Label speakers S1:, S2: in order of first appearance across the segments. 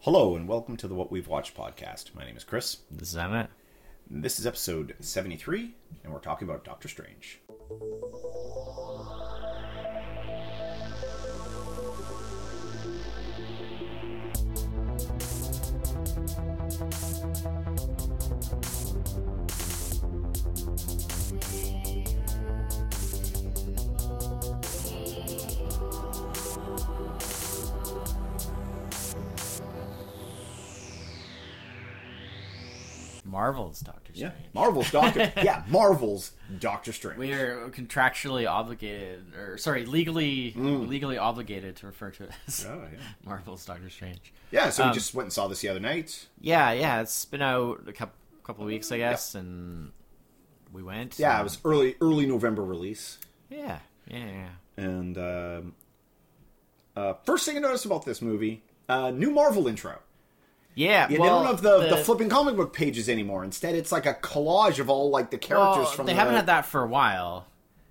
S1: Hello and welcome to the What We've Watched podcast. My name is Chris.
S2: This is Emmett.
S1: This is episode 73, and we're talking about Doctor Strange.
S2: Marvel's Doctor Strange.
S1: Marvel's Doctor. yeah, Marvel's Doctor Strange.
S2: We are contractually obligated, or sorry, legally legally obligated to refer to it as
S1: Oh, yeah.
S2: Marvel's Doctor Strange.
S1: yeah, so we
S2: Um,
S1: just went and saw this the other night.
S2: Yeah, yeah, it's been out a couple couple weeks, I guess, and we went.
S1: Yeah, it
S2: and-
S1: was early early November release.
S2: yeah, yeah, yeah.
S1: And um, uh, first thing I noticed about this movie, uh, new Marvel intro.
S2: Yeah,
S1: Yeah,
S2: well,
S1: they don't have the, the, flipping comic book pages anymore. Instead, it's like a collage of all like the
S2: well,
S1: characters from
S2: oh, they
S1: the,
S2: haven't had that for a while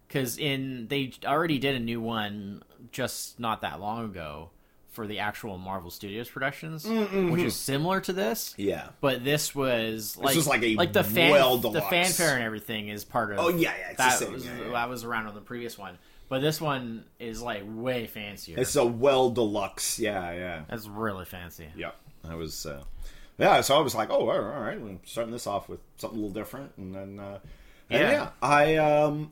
S2: because in they already did a new one just not that long ago for the actual Marvel Studios productions, which is similar to this.
S1: Yeah.
S2: But this was like
S1: was like a
S2: the fan
S1: well
S2: the
S1: deluxe.
S2: fanfare and everything is part of
S1: Oh, yeah, yeah, it's the
S2: that
S1: same,
S2: was
S1: yeah, yeah.
S2: that was around on the previous one but this one is like way fancier
S1: It's a well deluxe. Yeah, yeah.
S2: that's really fancy
S1: Yeah, I was. Uh, yeah, so I was like, oh, all right, all right, we're starting this off with something a little different, and then uh, and yeah.
S2: Yeah.
S1: I um,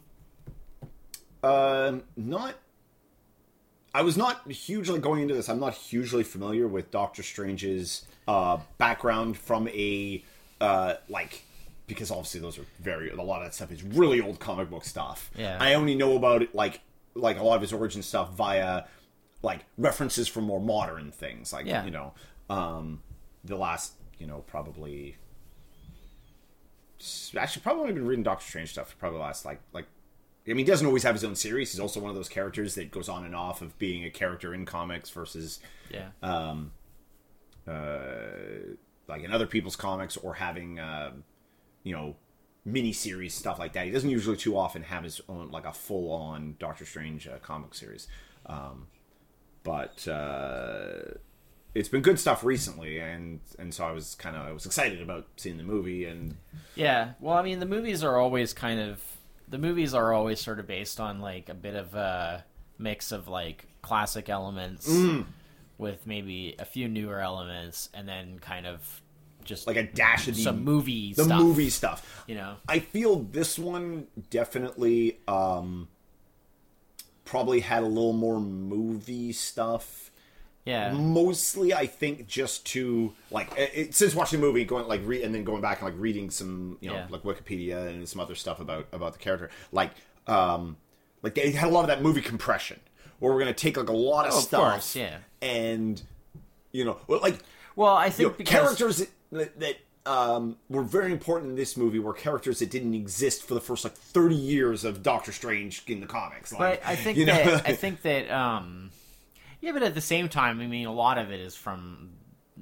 S1: um, not. I was not hugely going into this. I'm not hugely familiar with Doctor Strange's uh, background from a uh, like because obviously those are very a lot of that stuff is really old comic book stuff.
S2: Yeah.
S1: I only know about it like like a lot of his origin stuff via like references from more modern things like
S2: Yeah.
S1: you know um the last you know probably actually probably only been reading Doctor Strange stuff for probably the last like like I mean he doesn't always have his own series he's also one of those characters that goes on and off of being a character in comics versus
S2: yeah
S1: Uh, like in other people's comics or having uh, you know mini series stuff like that he doesn't usually too often have his own like a full on doctor strange uh, comic series um, but uh, it's been good stuff recently and and so i was kind of i was excited about seeing the movie and
S2: Yeah. Well, I mean, the movies are always kind of the movies are always sort of based on like a bit of a mix of like classic elements
S1: Mm.
S2: with maybe a few newer elements and then kind of just
S1: like a dash of the,
S2: some movie
S1: the
S2: stuff,
S1: movie stuff
S2: you know.
S1: I feel this one definitely um, probably had a little more movie stuff
S2: Yeah.
S1: mostly i think just to like it, it- since watching the movie going like re- and then going back and like reading some you know
S2: Yeah.
S1: like wikipedia and some other stuff about about the character like um like they had a lot of that movie compression where we're gonna take like a lot of
S2: Oh, of
S1: stuff
S2: course, yeah.
S1: and you know well, like
S2: Well, I
S1: you know,
S2: think because
S1: characters that, that um, were very important in this movie were characters that didn't exist for the first like 30 years of doctor strange in the comics like
S2: But I think
S1: you know?
S2: that I think that um yeah, but at the same time, I mean, a lot of it is from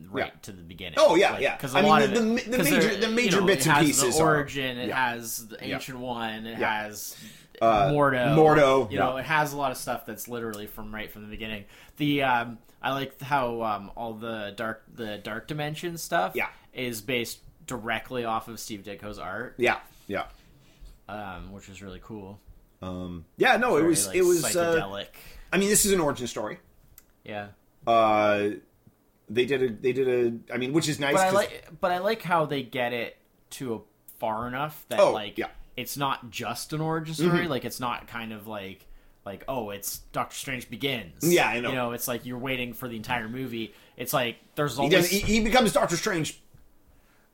S2: right
S1: Yeah.
S2: to the beginning.
S1: Oh, yeah, yeah.
S2: Because
S1: I
S2: a
S1: mean,
S2: lot
S1: the-
S2: of
S1: the
S2: it-
S1: ma- the
S2: 'cause
S1: major-
S2: there-
S1: the
S2: you
S1: major
S2: know,
S1: bits
S2: it
S1: and
S2: has
S1: pieces
S2: The
S1: are-
S2: origin. It
S1: yeah.
S2: has the ancient one. It
S1: Yeah. Uh,
S2: has Mordo.
S1: Mordo,
S2: You know,
S1: yeah.
S2: it has a lot of stuff that's literally from right from the beginning. The um, I like how um, all the dark the dark dimension stuff.
S1: Yeah.
S2: Is based directly off of Steve Ditko's art,
S1: yeah yeah Um,
S2: um, which is really cool.
S1: yeah no it
S2: Very,
S1: was
S2: like,
S1: it was uh,
S2: psychedelic.
S1: i mean this is an origin story
S2: yeah.
S1: Uh, they did a they did a I mean which is nice
S2: But I
S1: 'cause-
S2: like, but I like how they get it to a far enough that
S1: Oh,
S2: like
S1: yeah. Mm-hmm.
S2: it's not just an origin story. Like it's not kind of like like oh it's Doctor Strange begins.
S1: Yeah, I know.
S2: You know, it's like you're waiting for the entire movie. It's like there's
S1: he,
S2: always.
S1: does, he, he becomes Doctor Strange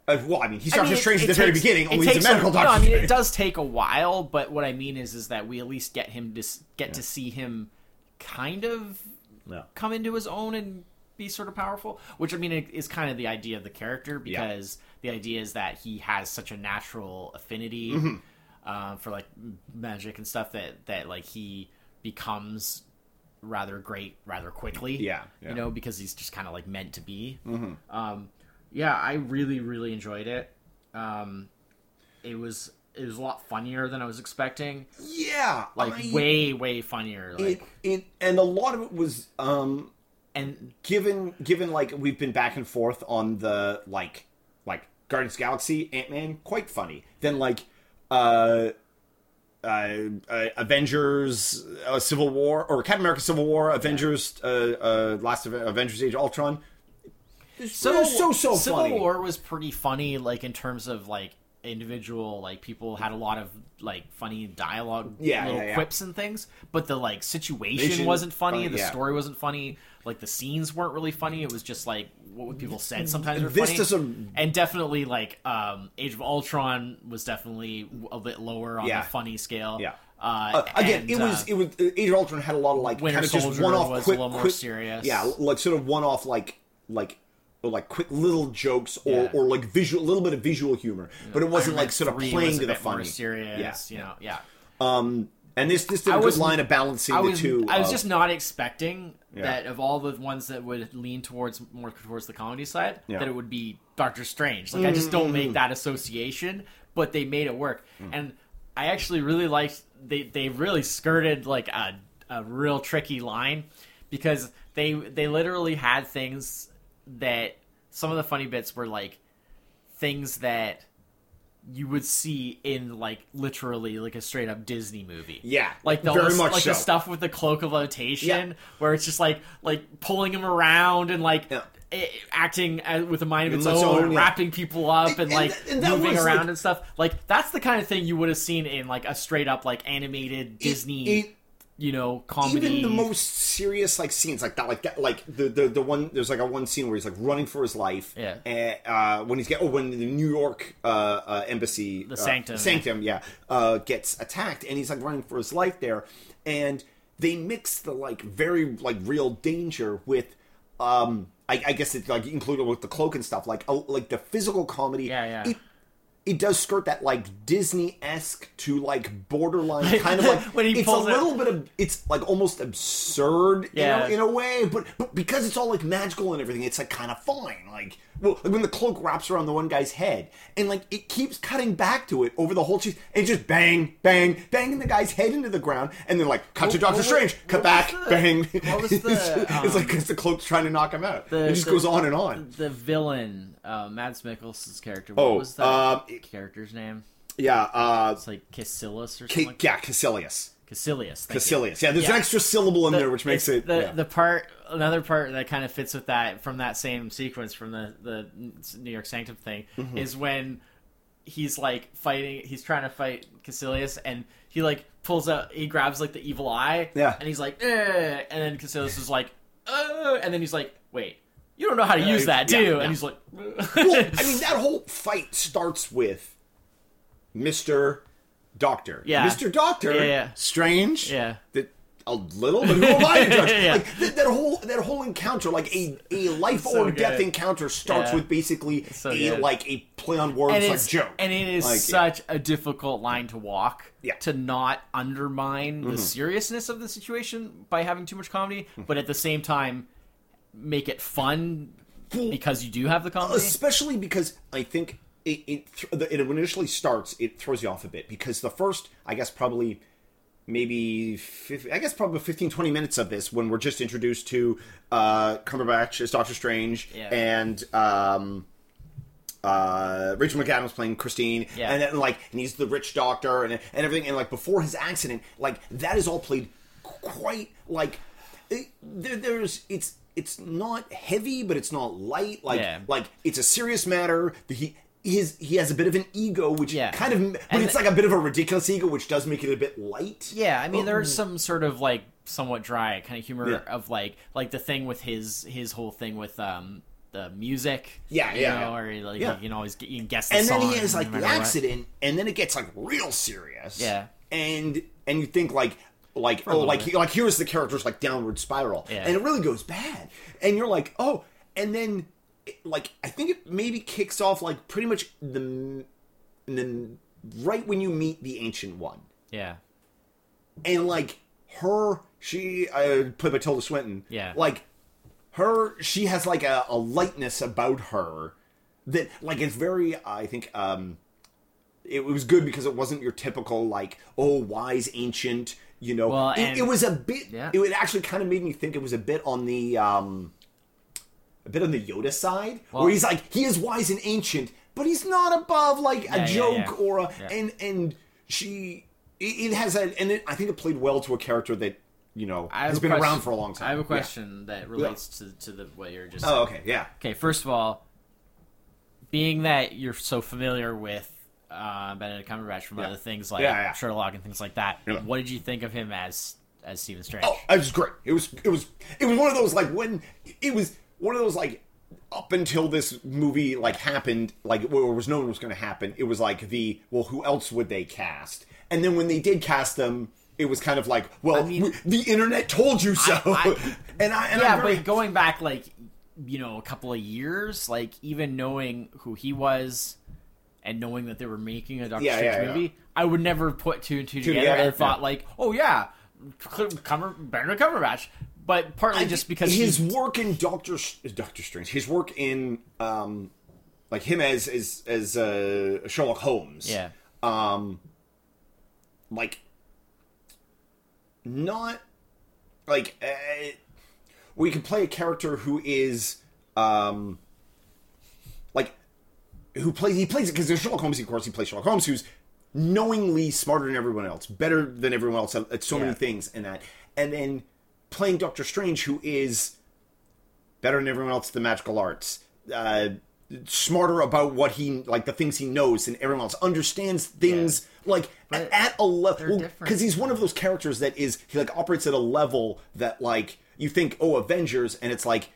S1: uh, well I mean he's
S2: I
S1: Doctor
S2: mean, it-
S1: Strange at
S2: it
S1: the very
S2: takes-
S1: beginning
S2: it
S1: only he's a
S2: takes
S1: medical
S2: no,
S1: doctor
S2: I mean,
S1: Strange.
S2: it does take a while, but what I mean is, is that we at least get him to s- get to see him kind of
S1: Yeah.
S2: come into his own and be sort of powerful which i mean it- is kind of the idea of the character because the idea is that he has such a natural affinity
S1: Mm-hmm.
S2: um, for like m- magic and stuff that that like he becomes rather great rather quickly
S1: Yeah, yeah. Mm-hmm.
S2: you know because he's just kind of like meant to be um, yeah i really really enjoyed it um, it was it was a lot funnier than i was expecting
S1: yeah
S2: like
S1: I-
S2: way way funnier like
S1: it, it and a lot of it was um
S2: and
S1: given given like we've been back and forth on the like like Guardians of the Galaxy, Ant Man, quite funny. Then like uh, uh, uh Avengers, uh, Civil War, or Captain America, Civil War, Avengers, uh, uh, Last Aven- Avengers, Age of Ultron. Civil
S2: Civil
S1: so so
S2: Civil
S1: funny.
S2: War was pretty funny, like in terms of like individual like people had a lot of like funny dialogue
S1: Yeah,
S2: little
S1: yeah, yeah.
S2: quips and things but the like situation
S1: Situation,
S2: wasn't funny
S1: funny,
S2: the
S1: yeah.
S2: story wasn't funny like the scenes weren't really funny it was just like what would people said sometimes were
S1: This
S2: funny
S1: doesn't-
S2: and definitely like um age of ultron was definitely a bit lower on
S1: Yeah.
S2: the funny scale
S1: Yeah.
S2: uh,
S1: Uh, again,
S2: and,
S1: it was
S2: uh,
S1: it was Age of Ultron had a lot of like
S2: Winter
S1: kind of just
S2: Soldier
S1: one off
S2: was a
S1: quick,
S2: little more
S1: quick-
S2: serious.
S1: yeah, like sort of one off like like or like quick little jokes or,
S2: Yeah.
S1: or like visual a little bit of visual humor, but it wasn't
S2: Iron Man
S1: like sort of
S2: 3
S1: playing
S2: was a
S1: to the
S2: bit more
S1: funny.
S2: serious you know yeah
S1: And this this did a good
S2: was-
S1: line of balancing
S2: I
S1: the
S2: was,
S1: two.
S2: I was
S1: of-
S2: just not expecting
S1: Yeah.
S2: that of all the ones that would lean towards more towards the comedy side,
S1: Yeah. Mm.
S2: that it would be Doctor Strange. Like I just don't make that association, but they made it work. And I actually really liked they they really skirted like a a real tricky line because they they literally had things that some of the funny bits were like things that you would see in like literally like a straight up Disney movie.
S1: Yeah,
S2: like the
S1: very
S2: all the-
S1: much
S2: like the
S1: so.
S2: stuff with the cloak of levitation,
S1: Yeah.
S2: where it's just like like pulling him around and like
S1: Yeah.
S2: i- acting uh, with a mind of its,
S1: its
S2: own,
S1: own,
S2: and
S1: yeah.
S2: wrapping people up and,
S1: And-
S2: like
S1: and that
S2: moving
S1: was,
S2: around
S1: like-
S2: and stuff. Like that's the kind of thing you would have seen in like a straight up like animated Disney,
S1: it-
S2: you know, comedy.
S1: even the most serious like scenes like that like that like the the, the one there's like a one scene where he's like running for his life
S2: Yeah.
S1: and, uh when he's get oh when the new york uh, uh embassy the
S2: sanctum.
S1: sanctum yeah uh gets attacked and he's like running for his life there and they mix the like very like real danger with um i, I guess it's like included with the cloak and stuff like oh, like the physical comedy
S2: Yeah, yeah.
S1: it, it does skirt that like Disney esque to like borderline kind of like
S2: When he
S1: it's
S2: pulls
S1: a
S2: it-
S1: little bit of it's like almost absurd
S2: Yeah.
S1: you know, in a way, but but because it's all like magical and everything, it's like kind of fine. Like well, like when the cloak wraps around the one guy's head and like it keeps cutting back to it over the whole cheese and just bang, bang, banging the guy's head into the ground and then like cut to
S2: What- what
S1: Doctor
S2: was-
S1: Strange,
S2: what
S1: cut
S2: was
S1: back,
S2: the-
S1: bang.
S2: what was the, um,
S1: it's, it's like because the cloak's trying to knock him out. it just
S2: the-
S1: goes on and on.
S2: the villain, uh, Mads Mikkelsen's character. What
S1: Oh,
S2: was that
S1: um, it-
S2: character's name?
S1: Yeah, uh
S2: It's like Cassilius or something.
S1: Ca- yeah, Cassilius.
S2: Cassilius. thank you.
S1: Cassilius. Yeah, there's
S2: Yeah.
S1: an extra syllable in
S2: The-
S1: there which makes
S2: it's
S1: it.
S2: the
S1: yeah.
S2: the part another part that kind of fits with that from that same sequence from the the New York Sanctum thing
S1: Mm-hmm.
S2: is when he's like fighting he's trying to fight Cassilius and he like pulls out he grabs like the evil eye
S1: Yeah.
S2: and he's like "Eh," and then Cassilius is like "Uh," and then he's like wait you don't know how to use that do
S1: yeah,
S2: you?"
S1: yeah.
S2: and he's like
S1: well, I mean, that whole fight starts with Mister Doctor.
S2: Yeah.
S1: Mister Doctor.
S2: Yeah, yeah.
S1: Strange.
S2: Yeah.
S1: That a little, but who am I to judge?
S2: Yeah.
S1: Like that, that whole that whole encounter, like a a life
S2: so
S1: or death
S2: good.
S1: encounter, starts
S2: Yeah.
S1: with basically
S2: so
S1: a
S2: good.
S1: like a play on words,
S2: and
S1: like
S2: it's-
S1: joke.
S2: And it is
S1: Like,
S2: such a difficult line to walk.
S1: Yeah. Mm-hmm.
S2: To not undermine the seriousness of the situation by having too much comedy, but at the same time make it fun because you do have the comedy.
S1: especially because I think it it, th- the- it initially starts it throws you off a bit because the first I guess probably maybe 50, I guess probably 15 20 minutes of this when we're just introduced to uh Cumberbatch as Doctor Strange
S2: Yeah.
S1: and um uh, Rachel McAdams playing Christine,
S2: Yeah.
S1: and then like, and he's the rich doctor and and everything, and like before his accident, like that is all played quite like it, there, there's it's it's not heavy, but it's not light. Like
S2: Yeah.
S1: like it's a serious matter. The- He his he has a bit of an ego, which
S2: Yeah.
S1: kind of, but
S2: And
S1: it's
S2: the-
S1: like a bit of a ridiculous ego, which does make it a bit light.
S2: Yeah, I mean there's some sort of like somewhat dry kind of humor
S1: Mm-hmm. Yeah.
S2: of like like the thing with his his whole thing with um the music.
S1: Yeah,
S2: you
S1: yeah,
S2: know,
S1: yeah.
S2: or like
S1: Yeah.
S2: you can always get, you can guess the
S1: and
S2: song.
S1: then he has like
S2: no
S1: the
S2: matter what.
S1: accident, and then it gets like real serious.
S2: Yeah.
S1: and and you think like like oh
S2: little
S1: like
S2: bit.
S1: he, like here's the character's like downward spiral,
S2: Yeah.
S1: and it really goes bad, and you're like oh, and then it- like I think it maybe kicks off like pretty much the m- the right when you meet the ancient one,
S2: Yeah.
S1: and like her she uh played by Tilda Swinton
S2: Yeah.
S1: like her she has like a, a lightness about her that like it's very I think um it was good because it wasn't your typical like oh wise ancient You know,
S2: Well,
S1: it,
S2: and-
S1: it was a bit.
S2: Yeah.
S1: It would actually kind of made me think it was a bit on the, um, a bit on the Yoda side,
S2: Well-
S1: where he's like he is wise and ancient, but he's not above like a
S2: Yeah, yeah,
S1: joke
S2: yeah.
S1: or a
S2: Yeah.
S1: and and she it, it has a and it, I think it played well to a character that you know
S2: I have
S1: has
S2: a
S1: been
S2: question-
S1: around for a long time.
S2: I have a
S1: Yeah.
S2: question that relates to, to the what you're just.
S1: Oh, okay, yeah.
S2: Okay, first of all, being that you're so familiar with uh, Benedict Cumberbatch from other things like
S1: Yeah, yeah.
S2: Sherlock and things like that,
S1: Yeah.
S2: what did you think of him as as Stephen Strange?
S1: Oh, it was great. It was it was it was one of those like when it was one of those like up until this movie like happened like where there was no one was going to happen. It was like the well, who else would they cast? And then when they did cast them, it was kind of like well,
S2: mean-
S1: w- the internet told you so.
S2: I-
S1: and I and
S2: yeah,
S1: I'm very-
S2: but going back like you know a couple of years, like even knowing who he was and knowing that they were making a Doctor
S1: Yeah,
S2: Strange
S1: yeah, yeah.
S2: movie, I would never have put two and two, together,
S1: together,
S2: and thought
S1: yeah.
S2: like, oh yeah, Cl- Cumber Benedict Cumberbatch. But partly just because
S1: his
S2: he,
S1: work in Doctor Doctor Strange, his work in um, like him as as as uh, Sherlock Holmes,
S2: yeah,
S1: like not like uh, we can play a character who is um like who plays he plays it because there's Sherlock Holmes of course he plays Sherlock Holmes who's knowingly smarter than everyone else better than everyone else at, at so many
S2: Yeah.
S1: things and that and then playing Doctor Strange who is better than everyone else at the magical arts uh smarter about what he like the things he knows than everyone else understands things like
S2: But
S1: at a level
S2: they're different.
S1: because he's one of those characters that is he like operates at a level that like you think oh Avengers and it's like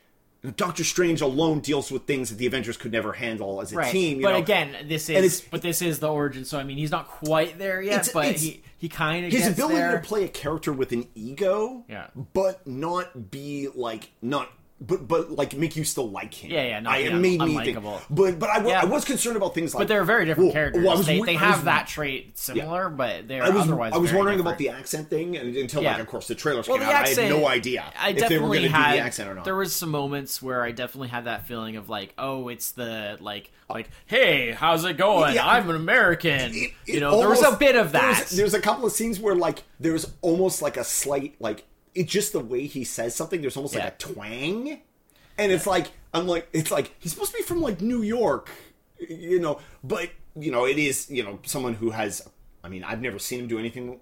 S1: Doctor Strange alone deals with things that the Avengers could never handle as a
S2: right.
S1: team. You
S2: but
S1: know?
S2: again, this
S1: And
S2: is
S1: it's-
S2: but this is the origin. So I mean, he's not quite there yet,
S1: It's-
S2: but
S1: it's-
S2: he he kind of
S1: his
S2: gets
S1: ability
S2: there.
S1: to play a character with an ego,
S2: Yeah.
S1: but not be like not. But but like make you still like him.
S2: Yeah, yeah, not
S1: I, it
S2: be
S1: made me think.
S2: unlikable.
S1: But but I, wa-
S2: Yeah,
S1: I
S2: but-
S1: was concerned about things like.
S2: But they're very different
S1: Well,
S2: characters.
S1: well, I was
S2: they,
S1: wi-
S2: they
S1: I
S2: have
S1: was-
S2: that trait similar, but they're
S1: I was
S2: otherwise.
S1: I was
S2: very
S1: wondering
S2: different.
S1: about the accent thing and, until like
S2: Yeah.
S1: of course the trailers
S2: Well,
S1: came
S2: the
S1: out. I
S2: accent.
S1: had no idea
S2: I
S1: if they were
S2: definitely
S1: going to do
S2: had.
S1: the accent or not.
S2: There was some moments where I definitely had that feeling of like, oh, it's the like, like, hey, how's it going?
S1: Yeah.
S2: I'm an American.
S1: it-
S2: you
S1: it
S2: know, there was a
S1: almost-
S2: bit of
S1: there was-
S2: that.
S1: There's a couple of scenes where like there's almost like a slight like it's just the way he says something. There's almost
S2: Yeah.
S1: like a twang, and it's like I'm like it's like he's supposed to be from like New York, you know. But you know it is you know someone who has. I mean I've never seen him do anything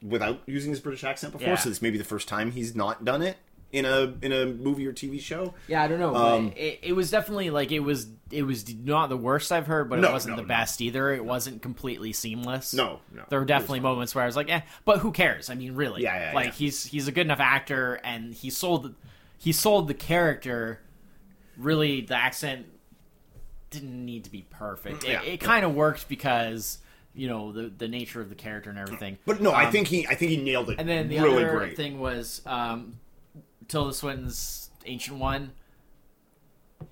S1: without using his British accent before,
S2: Yeah.
S1: so this may be the first time he's not done it in a in a movie or TV show.
S2: yeah, I don't know. but
S1: Um,
S2: it, it was definitely like it was. It was not the worst I've heard, but
S1: No,
S2: it wasn't
S1: no, no.
S2: the best either. It wasn't completely seamless.
S1: No, no,
S2: There
S1: it
S2: were
S1: was
S2: definitely moments where I was like, eh, but who cares? I mean, really.
S1: Yeah, yeah,
S2: Like
S1: yeah.
S2: he's he's a good enough actor, and he sold he sold the character. Really, the accent didn't need to be perfect. It,
S1: Yeah.
S2: it kind of worked because you know the the nature of the character and everything.
S1: But no, I think he I think he nailed it.
S2: Um, And then the
S1: really
S2: other
S1: great.
S2: thing was um, Tilda Swinton's Ancient One. A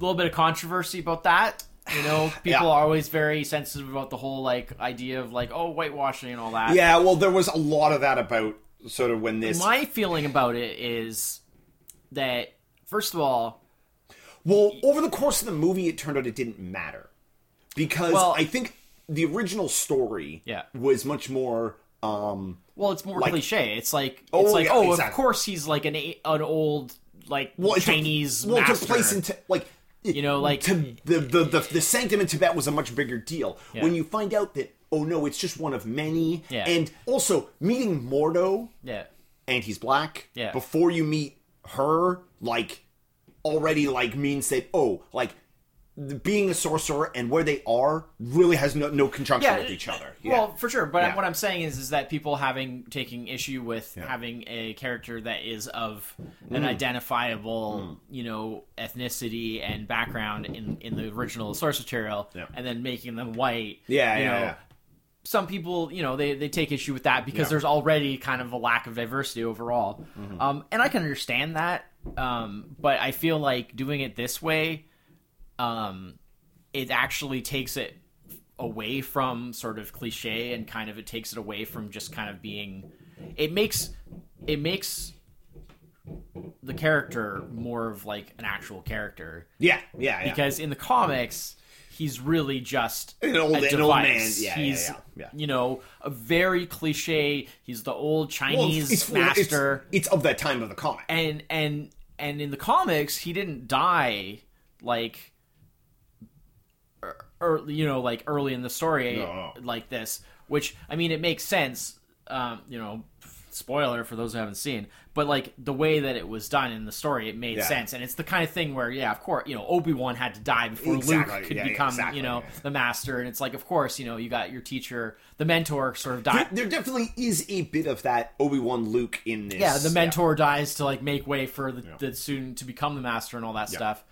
S2: little bit of controversy about that. You know, people
S1: Yeah.
S2: are always very sensitive about the whole like idea of like oh whitewashing and all that.
S1: yeah, well there was a lot of that about sort of when this
S2: My feeling about it is that first of all,
S1: Well, over the course of the movie, it turned out it didn't matter because
S2: Well-
S1: I think the original story
S2: Yeah.
S1: was much more. Um,
S2: well, it's more
S1: Like-
S2: cliche. It's like it's
S1: Oh,
S2: like
S1: yeah,
S2: oh, of
S1: exactly.
S2: course he's like an a- an old like
S1: well, it took-
S2: Chinese
S1: well, it
S2: master.
S1: took place in Ti- like
S2: You know, like-
S1: Ti- the, the the the sanctum in Tibet was a much bigger deal when
S2: Yeah.
S1: you find out that oh no, it's just one of many,
S2: Yeah.
S1: and also meeting Mordo
S2: yeah.
S1: and he's black
S2: Yeah.
S1: before you meet her like already like means that oh like th- being a sorcerer and where they are really has no, no conjunction with each other yeah.
S2: Well, for sure. But
S1: Yeah.
S2: what I'm saying is, is that people having taking issue with having a character that is of an
S1: Mm.
S2: identifiable, you know, ethnicity and background in in the original source material,
S1: Yeah.
S2: and then making them white.
S1: yeah,
S2: you
S1: yeah,
S2: know,
S1: yeah.
S2: some people, you know, they, they take issue with that because
S1: Yeah. Mm-hmm.
S2: there's already kind of a lack of diversity overall. Um, and I can understand that. Um, but I feel like doing it this way, um, it actually takes it away from sort of cliche and kind of it takes it away from just kind of being, it makes, it makes the character more of like an actual character
S1: Yeah, yeah, yeah.
S2: because in the comics, he's really just
S1: An old-
S2: a
S1: an old
S2: device.
S1: man. Yeah, yeah,
S2: he's
S1: yeah, yeah.
S2: you know a very cliche. He's the old
S1: Well,
S2: Chinese
S1: for-
S2: master,
S1: It's, of that time of the comic.
S2: and and and in the comics he didn't die like or you know like early in the story
S1: No.
S2: like this which i mean it makes sense um you know spoiler for those who haven't seen but like the way that it was done in the story it made
S1: Yeah.
S2: sense and it's the kind of thing where yeah of course you know obi-wan had to die before
S1: Exactly.
S2: luke could
S1: Yeah, yeah,
S2: become
S1: exactly,
S2: you know
S1: yeah.
S2: the master and it's like of course you know you got your teacher the mentor sort of died
S1: there definitely is a bit of that Obi Wan Luke in this.
S2: yeah the mentor dies to like make way for the, the student to become the master and all that stuff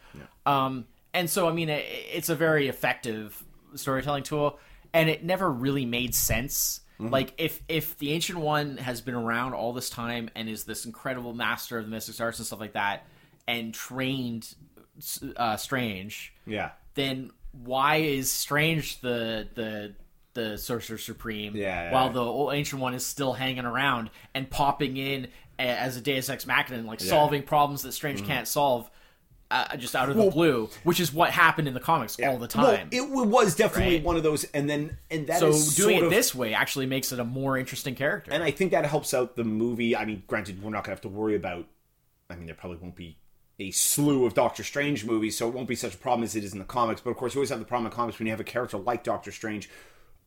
S2: um and so i mean it, it's a very effective storytelling tool and it never really made sense like if if the ancient one has been around all this time and is this incredible master of the mystic arts and stuff like that and trained uh strange
S1: Yeah.
S2: then why is Strange the the the Sorcerer Supreme?
S1: Yeah, yeah,
S2: while
S1: yeah.
S2: the old ancient one is still hanging around and popping in a- as a Deus Ex Machina, and, like solving problems that
S1: Mm-hmm.
S2: Strange can't solve, uh, just out of the blue, which is what happened in the comics all the
S1: Well,
S2: time.
S1: it w- was definitely
S2: Right.
S1: one of those, and then and that
S2: so
S1: is
S2: doing
S1: sort
S2: it
S1: of,
S2: this way actually makes it a more interesting character.
S1: and I think that helps out the movie. I mean, granted, we're not gonna have to worry about. I mean, there probably won't be a slew of Doctor Strange movies, so it won't be such a problem as it is in the comics. But of course, you always have the problem in comics when you have a character like Doctor Strange,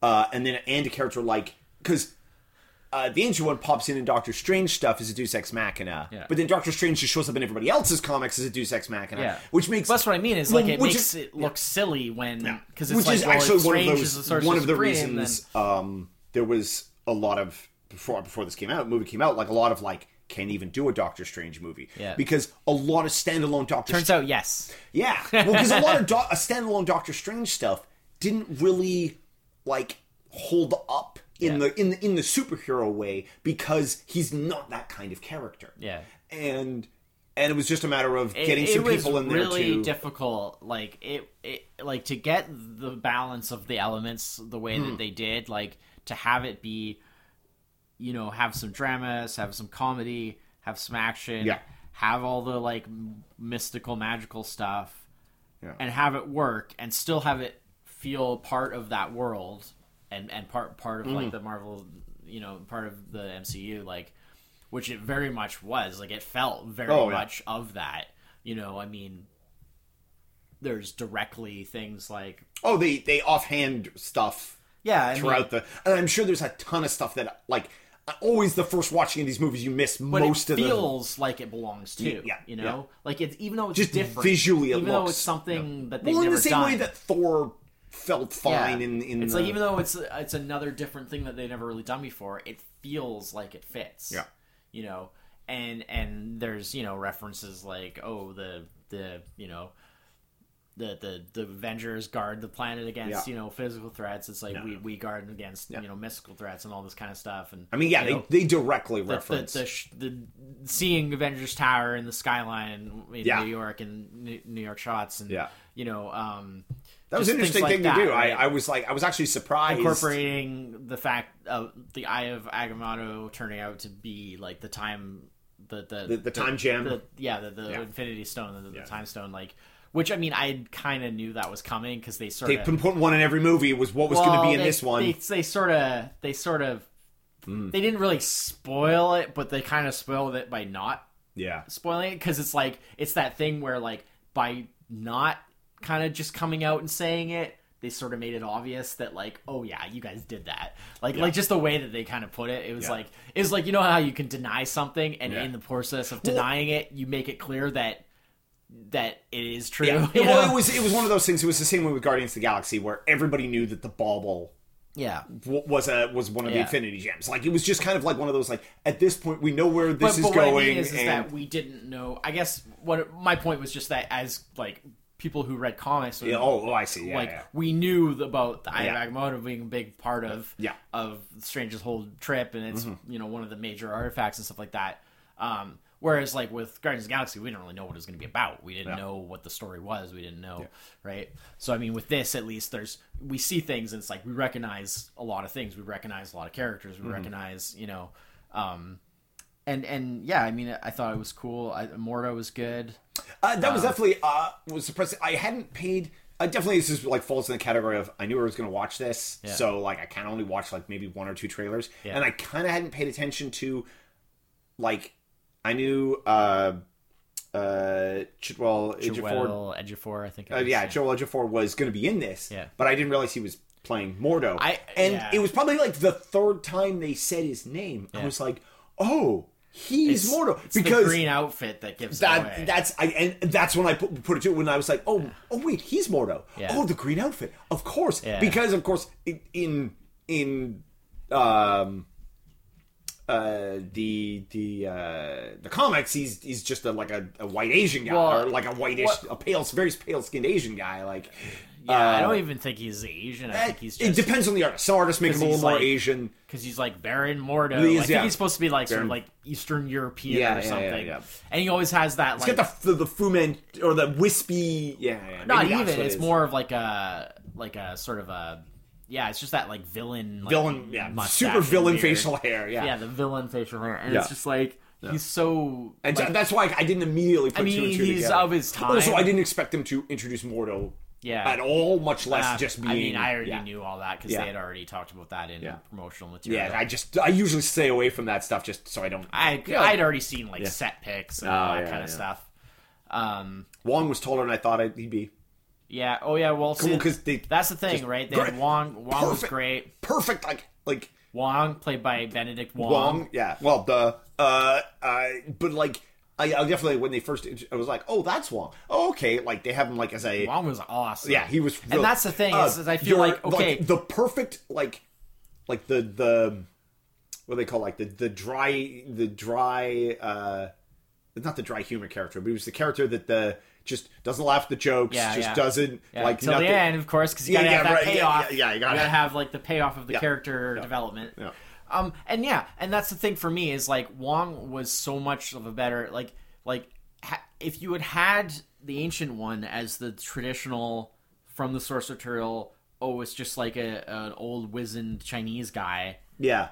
S1: uh, and then and a character like because. Uh, the ancient one pops in in Doctor Strange stuff as a Deus Ex Machina,
S2: Yeah.
S1: but then Doctor Strange just shows up in everybody else's comics as a Deus Ex Machina,
S2: Yeah.
S1: which makes
S2: But that's what I mean is
S1: Well,
S2: like it
S1: which
S2: makes
S1: is-
S2: it look silly when because it's
S1: which
S2: like
S1: is
S2: well, if
S1: actually one of
S2: Strange is the
S1: those
S2: Sorcerer
S1: one of the
S2: Supreme,
S1: reasons
S2: then-
S1: um, there was a lot of before before this came out movie came out like a lot of like can't even do a Doctor Strange movie
S2: Yeah.
S1: because a lot of standalone Doctor
S2: turns out yes,
S1: yeah well because a lot of do- uh, standalone Doctor Strange stuff didn't really like hold up in
S2: Yeah.
S1: the in the in the superhero way because he's not that kind of character
S2: yeah.
S1: and and it was just a matter of getting
S2: it
S1: some
S2: was
S1: people in there
S2: really
S1: to
S2: difficult like it, it like to get the balance of the elements the way
S1: Hmm.
S2: that they did like to have it be you know have some dramas have some comedy have some action
S1: Yeah.
S2: have all the like m- mystical magical stuff
S1: Yeah.
S2: and have it work and still have it feel part of that world and and part part of
S1: Mm.
S2: like the marvel you know part of the mcu like which it very much was like it felt very
S1: Oh, yeah.
S2: much of that you know i mean there's directly things like
S1: oh they they offhand stuff
S2: yeah
S1: throughout the and I'm sure there's a ton of stuff that like always the first watching of these movies you miss
S2: but
S1: most
S2: it
S1: of the
S2: feels like it belongs to
S1: yeah,
S2: you know like it's even though it's
S1: Just
S2: different
S1: visually it
S2: even though
S1: looks-
S2: it's something that they've
S1: well in
S2: never
S1: the same
S2: done
S1: way that Thor felt fine in in
S2: it's
S1: the,
S2: like even though it's it's another different thing that they've never really done before it feels like it fits
S1: Yeah.
S2: you know and and there's you know references like oh the the you know the the, the avengers guard the planet against
S1: Yeah.
S2: you know physical threats it's like we, we guard against you know mystical threats and all this kind of stuff and
S1: I mean yeah
S2: you
S1: they,
S2: know,
S1: they directly
S2: the,
S1: reference
S2: the, sh- the seeing Avengers Tower and the skyline in
S1: Yeah.
S2: New York and New- New York shots and
S1: Yeah.
S2: you know um,
S1: that was an
S2: just things
S1: interesting
S2: like
S1: thing
S2: that,
S1: to do
S2: right?
S1: I, I was like I was actually surprised
S2: incorporating the fact of the Eye of Agamotto turning out to be like the time, the the
S1: the time gem.
S2: the, yeah, the, the
S1: Yeah.
S2: Infinity Stone, the, the time stone, like which I mean, I kind of knew that was coming because they sort
S1: they
S2: of
S1: put one in every movie was what was going to be in this one Mm.
S2: They, they sort of they sort of they didn't really spoil it, but they kind of spoiled it by not
S1: yeah
S2: spoiling it because it's like it's that thing where like by not kind of just coming out and saying it they sort of made it obvious that like oh yeah you guys did that like like just the way that they kind of put it it was
S1: Yeah.
S2: like it was like you know how you can deny something and
S1: Yeah.
S2: in the process of denying it you make it clear that that it is true
S1: yeah.
S2: you
S1: well
S2: know?
S1: it was it was one of those things it was the same way with Guardians of the Galaxy where everybody knew that the bauble
S2: yeah
S1: w- was a was one of the
S2: Yeah.
S1: Infinity Gems like it was just kind of like one of those like at this point we know where this is
S2: what I
S1: going
S2: mean is, is
S1: and
S2: that we didn't know i guess what my point was just that as like people who read comics
S1: Yeah, oh, oh, I see. Yeah,
S2: like
S1: yeah.
S2: we knew th- about the Eye
S1: Yeah.
S2: of Agamotto being a big part of
S1: Yeah. Mm-hmm.
S2: of Strange's whole trip, and it's you know one of the major artifacts and stuff like that. Um, whereas like with Guardians of the Galaxy, we didn't really know what it was going to be about. We didn't know what the story was. We didn't know, right? So I mean, with this at least, there's we see things, and it's like we recognize a lot of things. We recognize a lot of characters. We
S1: Mm-hmm.
S2: recognize you know. Um, and and yeah, I mean, I thought it was cool. I, Mordo was good.
S1: Uh, that was definitely uh, was surprising. I hadn't paid I definitely this is like falls in the category of I knew I was going to watch this,
S2: Yeah.
S1: so like I kind of only watched like maybe one or two trailers,
S2: Yeah.
S1: and I kind of hadn't paid attention to like I knew uh uh Chitwell Ejiofor,
S2: Joel Edgefor, I think. It
S1: uh,
S2: was.
S1: yeah, Joel Ejiofor was going to be in this,
S2: Yeah.
S1: but I didn't realize he was playing Mordo,
S2: I-
S1: and
S2: yeah.
S1: it was probably like the third time they said his name. I
S2: Yeah.
S1: was like, oh, he's
S2: It's-
S1: Mordo
S2: it's
S1: because
S2: the green outfit that gives that, away.
S1: that that's I and that's when I put, put it to it when I was like, oh oh wait, he's Mordo.
S2: Yeah.
S1: Oh, the green outfit, of course,
S2: Yeah.
S1: because of course i- in in um uh the the uh the comics he's he's just a, like a, a white Asian guy
S2: Well,
S1: or like a whitish
S2: what-
S1: a pale very pale skinned Asian guy like
S2: yeah, I
S1: uh,
S2: don't even think he's Asian. I think he's
S1: it
S2: just
S1: depends on the artist. Some artists make him a
S2: 'Cause
S1: little
S2: he's
S1: more
S2: like-
S1: Asian.
S2: because he's like Baron Mordo.
S1: He is,
S2: I think
S1: yeah.
S2: he's supposed to be like sort
S1: Baron-
S2: of like Eastern
S1: Yeah,
S2: European
S1: yeah,
S2: or
S1: yeah,
S2: something.
S1: yeah.
S2: And he always has that
S1: Get
S2: like
S1: the, the the Fu Man or the wispy. Yeah, yeah
S2: not
S1: maybe that's
S2: even.
S1: what it
S2: It's
S1: is.
S2: more of like a like a sort of a yeah. It's just that like villain like,
S1: villain. Yeah,
S2: mustache
S1: super
S2: and
S1: villain
S2: beard.
S1: facial hair.
S2: Yeah, the villain facial hair, and
S1: Yeah.
S2: it's just like he's so.
S1: And
S2: like,
S1: that's why I didn't immediately put
S2: I
S1: two and
S2: mean,
S1: two
S2: he's
S1: together.
S2: of his time.
S1: Also, I didn't expect him to introduce Mordo
S2: Yeah.
S1: at all, much less
S2: Uh,
S1: just being.
S2: I mean, I already
S1: yeah.
S2: knew all that because
S1: Yeah.
S2: they had already talked about that in
S1: Yeah.
S2: promotional material.
S1: Yeah, I just I usually stay away from that stuff just so I don't.
S2: I
S1: Yeah.
S2: I'd already seen like set pics and all
S1: Oh,
S2: that
S1: yeah,
S2: kind of
S1: yeah.
S2: stuff. Um,
S1: Wong was taller than I thought I'd, he'd be.
S2: yeah. Oh yeah. Well, see,
S1: Because they
S2: that's the thing, right? They
S1: great.
S2: had Wong. Wong was
S1: Perfect.
S2: great.
S1: perfect like like
S2: Wong played by Benedict Wong.
S1: Wong. Yeah. Well, the uh, uh, but like. I, I definitely when they first int- I was like, oh, that's Wong. Oh, okay, like they have him like as a
S2: Wong was awesome.
S1: Yeah, he was.
S2: And that's the thing is, is I feel
S1: you're,
S2: like, okay-
S1: the perfect like, like the the what do they call like the the dry the dry uh not the dry humor character, but he was the character that the just doesn't laugh at the jokes,
S2: Yeah,
S1: just
S2: yeah.
S1: doesn't
S2: Yeah,
S1: like
S2: till
S1: nothing.
S2: the end, of course, because you
S1: Yeah,
S2: gotta
S1: yeah,
S2: have that
S1: right, yeah,
S2: payoff.
S1: yeah, yeah, you
S2: you
S1: gotta-
S2: gotta, have like the payoff of the character development.
S1: Yeah.
S2: Um, and yeah, and that's the thing for me is like Wong was so much of a better like like ha- if you had had the ancient one as the traditional from the source material. Oh, it's just like a an old wizened Chinese guy.
S1: Yeah,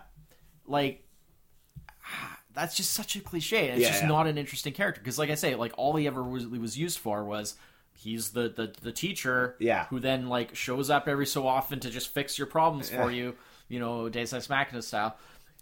S2: Like ah, that's just such a cliche. It's
S1: Yeah,
S2: just
S1: yeah.
S2: not an interesting character because, like I say, like all he ever was was used for was he's the the, the teacher
S1: Yeah.
S2: who then like shows up every so often to just fix your problems for you, you know, Deus Ex Machina style.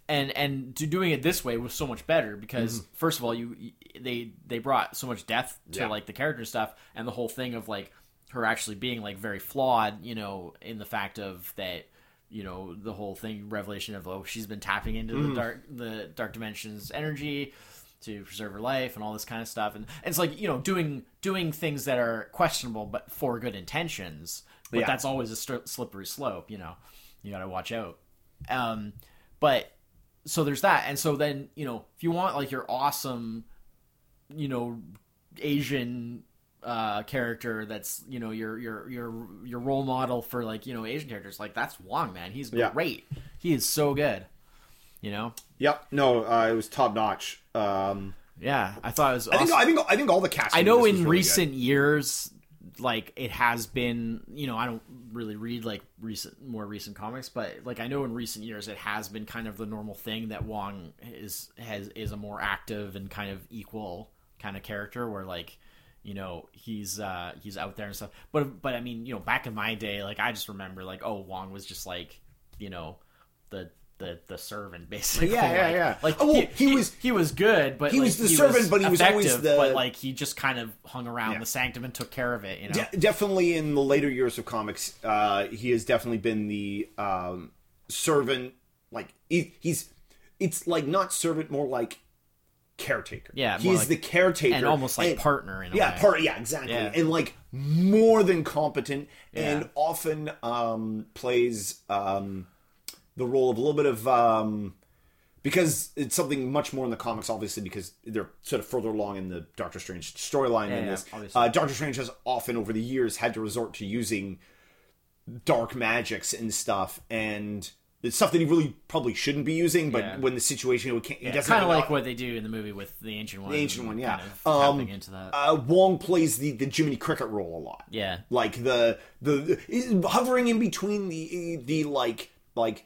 S2: And and to doing it this way was so much better because first of all, you you- they they brought so much depth to
S1: Mm-hmm. Yeah.
S2: like the character stuff and the whole thing of like her actually being like very flawed, you know, in the fact of that you know the whole thing revelation of oh she's been tapping into the dark the dark dimensions energy to preserve her life and all this kind of stuff and, and it's like you know doing doing things that are questionable but for good intentions but
S1: Yeah.
S2: that's always a stri- slippery slope you know you got to watch out um but so there's that and so then you know if you want like your awesome you know asian uh character that's you know your your your your role model for like you know asian characters like that's wong man he's
S1: Yeah.
S2: great he is so good you know
S1: yep. No, uh, it was top notch. Um,
S2: yeah i thought it was
S1: I think I think I think all the cast.
S2: I know
S1: this was
S2: in
S1: really good.
S2: recent years, like it has been. You know, I don't really read like recent, more recent comics, but like I know in recent years it has been kind of the normal thing that Wong is has is a more active and kind of equal kind of character, where like you know he's uh he's out there and stuff. But but I mean, you know, back in my day, like I just remember like oh Wong was just like you know the. The, the servant basically
S1: Yeah, yeah,
S2: like,
S1: yeah.
S2: like
S1: Oh, well,
S2: he,
S1: he
S2: he
S1: was-
S2: was he was good but
S1: He was
S2: like,
S1: the servant, but he was always
S2: effective,
S1: the-
S2: but like he just kind of hung around
S1: Yeah.
S2: the sanctum and took care of it. You know,
S1: De- definitely in the later years of comics, uh, he has definitely been the um, servant. Like he, he's, it's like not servant, more like caretaker.
S2: Yeah, more
S1: he's
S2: like-
S1: the caretaker
S2: and almost like
S1: and-
S2: partner in a
S1: Yeah,
S2: way.
S1: part. Yeah, exactly.
S2: Yeah.
S1: And like more than competent,
S2: Yeah.
S1: and often um, plays um, the role of a little bit of. Um, because it's something much more in the comics, obviously, because they're sort of further along in the Doctor Strange storyline than
S2: yeah,
S1: this.
S2: obviously.
S1: Uh, Doctor Strange has often, over the years, had to resort to using dark magics and stuff, and it's stuff that he really probably shouldn't be using. But
S2: Yeah.
S1: when the situation, he can't, he doesn't.
S2: kind
S1: have
S2: of
S1: an
S2: like
S1: op-
S2: what they do in the movie with the ancient one. The
S1: Ancient One, yeah.
S2: kind of
S1: Um,
S2: tapping into that.
S1: uh, Wong plays the the Jiminy Cricket role a lot.
S2: yeah,
S1: like the the is- hovering in between the the like like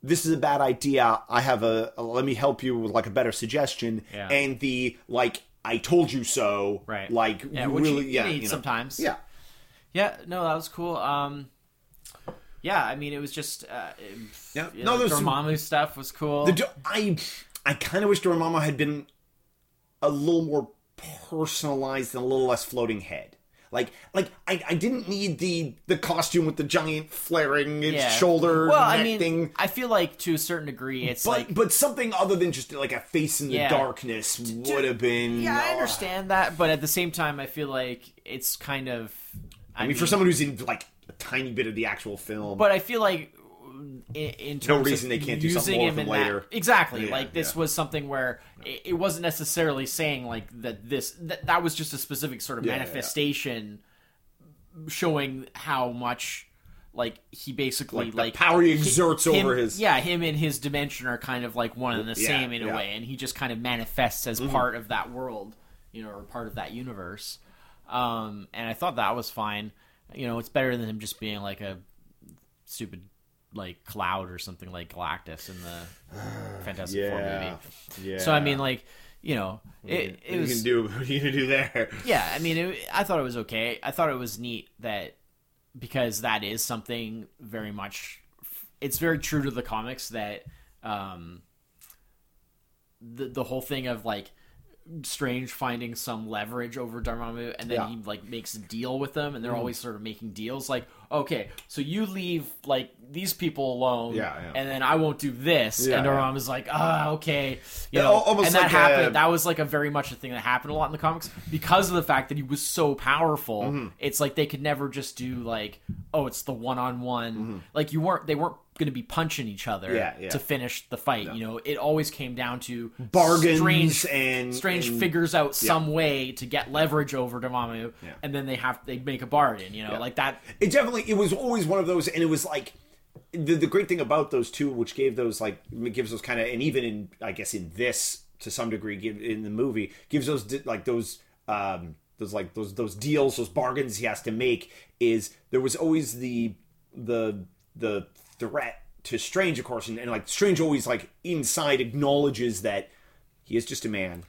S1: this is a bad idea i have a, a- let me help you with like a better suggestion
S2: Yeah.
S1: and the like i told you so
S2: Right.
S1: like
S2: yeah,
S1: you
S2: which
S1: really
S2: you
S1: yeah
S2: need
S1: you know.
S2: sometimes.
S1: yeah
S2: Yeah, no, that was cool. Um, yeah, I mean, it was just uh, it-
S1: Yeah.
S2: you
S1: No,
S2: know,
S1: there's-
S2: Dormammu stuff was cool.
S1: The, do- I I kind of wish Dormammu had been a little more personalized and a little less floating head. Like like I, I didn't need the the costume with the giant flaring
S2: Yeah.
S1: shoulder
S2: well,
S1: neck
S2: I mean,
S1: thing.
S2: I feel like to a certain degree, it's
S1: But
S2: like
S1: but something other than just like a face in the
S2: Yeah.
S1: darkness would have been.
S2: yeah, I
S1: uh,
S2: understand that, but at the same time, I feel like it's kind of. I,
S1: I mean, for someone who's in like a tiny bit of the actual film,
S2: but I feel like in, in terms
S1: reason
S2: of
S1: they can't do something
S2: using
S1: more
S2: him
S1: with
S2: in
S1: him
S2: that-
S1: later.
S2: exactly.
S1: Yeah,
S2: like this
S1: yeah.
S2: was something where it, it wasn't necessarily saying like that. This that, that was just a specific sort of
S1: Yeah, yeah, yeah.
S2: manifestation showing how much like he basically
S1: like,
S2: like,
S1: the power he exerts
S2: him-
S1: over his
S2: yeah him and his dimension are kind of like one and the
S1: Yeah,
S2: same in a
S1: yeah. Mm-hmm.
S2: way and he just kind of manifests as part of that world you know or part of that universe um and i thought that was fine you know it's better than him just being like a stupid like cloud or something like galactus in the fantastic four
S1: yeah,
S2: movie
S1: yeah.
S2: so i mean like you know it,
S1: what
S2: it
S1: are you gonna
S2: was
S1: do? What are you gonna do there?
S2: yeah i mean it, i thought it was okay i thought it was neat that because that is something very much it's very true to the comics that um the, the whole thing of like strange finding some leverage over Dormammu and then
S1: Yeah. Mm-hmm.
S2: he like makes a deal with them and they're always sort of making deals like okay so you leave like these people alone
S1: Yeah, yeah.
S2: and then I won't do this
S1: Yeah,
S2: and
S1: yeah.
S2: Dormammu's like ah okay you
S1: Yeah,
S2: know
S1: al- almost
S2: and
S1: like
S2: that happened
S1: a-
S2: that was like a very much a thing that happened a lot in the comics because of the fact that he was so powerful.
S1: Mm-hmm.
S2: It's like they could never just do like, oh, it's the one on one. Like you weren't, they weren't going to be punching each other
S1: Mm-hmm. Yeah, yeah.
S2: to finish the fight. You know, it always came down to
S1: Bargains
S2: strange,
S1: and
S2: strange
S1: and,
S2: figures out some way to get leverage over Dormammu,
S1: Yeah.
S2: and then they have they make a bargain. You know, like that.
S1: it definitely it was always one of those and it was like the, the great thing about those two which gave those like gives those kind of and even in i guess in this to some degree give in the movie gives those di- like those um those like those those deals those bargains he has to make is there was always the the the threat to strange of course and, and like strange always like inside acknowledges that he is just a man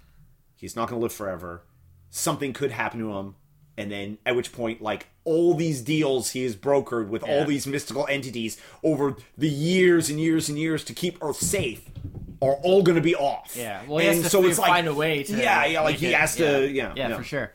S1: he's not going to live forever. Something could happen to him. And then at which point, like all these deals he has brokered with all
S2: Yeah.
S1: these mystical entities over the years and years and years to keep Earth safe are all going to be off.
S2: Yeah, well, he has to fi- find a way to
S1: yeah, yeah, like
S2: make
S1: he
S2: it-
S1: has to, yeah,
S2: yeah, for sure.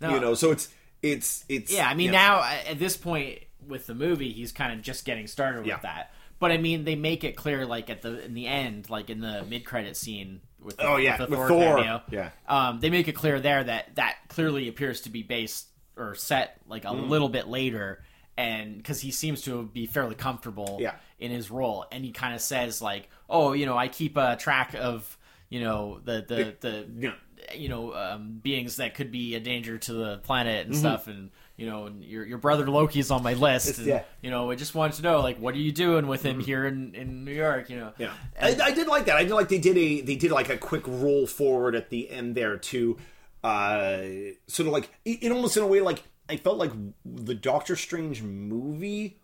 S2: No,
S1: You know, so it's it's it's
S2: Yeah, I
S1: yeah.
S2: mean now a- at this point with the movie, he's kind of just getting started with
S1: Yeah.
S2: that. But I mean, they make it clear, like at the in the end, like in the mid credit scene with the,
S1: Oh, yeah,
S2: with the
S1: with
S2: Thor,
S1: Thor.
S2: cameo,
S1: Yeah.
S2: um, they make it clear there that that clearly appears to be based or set like a
S1: Mm-hmm.
S2: little bit later, and because he seems to be fairly comfortable
S1: Yeah.
S2: in his role, and he kind of says like, oh, you know, I keep a track of you know the the the
S1: Yeah.
S2: you know um, beings that could be a danger to the planet
S1: Mm-hmm.
S2: and stuff and you know and your your brother Loki's on my list and,
S1: yeah. Mm-hmm.
S2: you know I just wanted to know like what are you doing with him here in, in New York you know
S1: Yeah, I, I did like that. I did like they did a they did like a quick roll forward at the end there to uh, sort of like it, it almost in a way like I felt like the Doctor Strange movie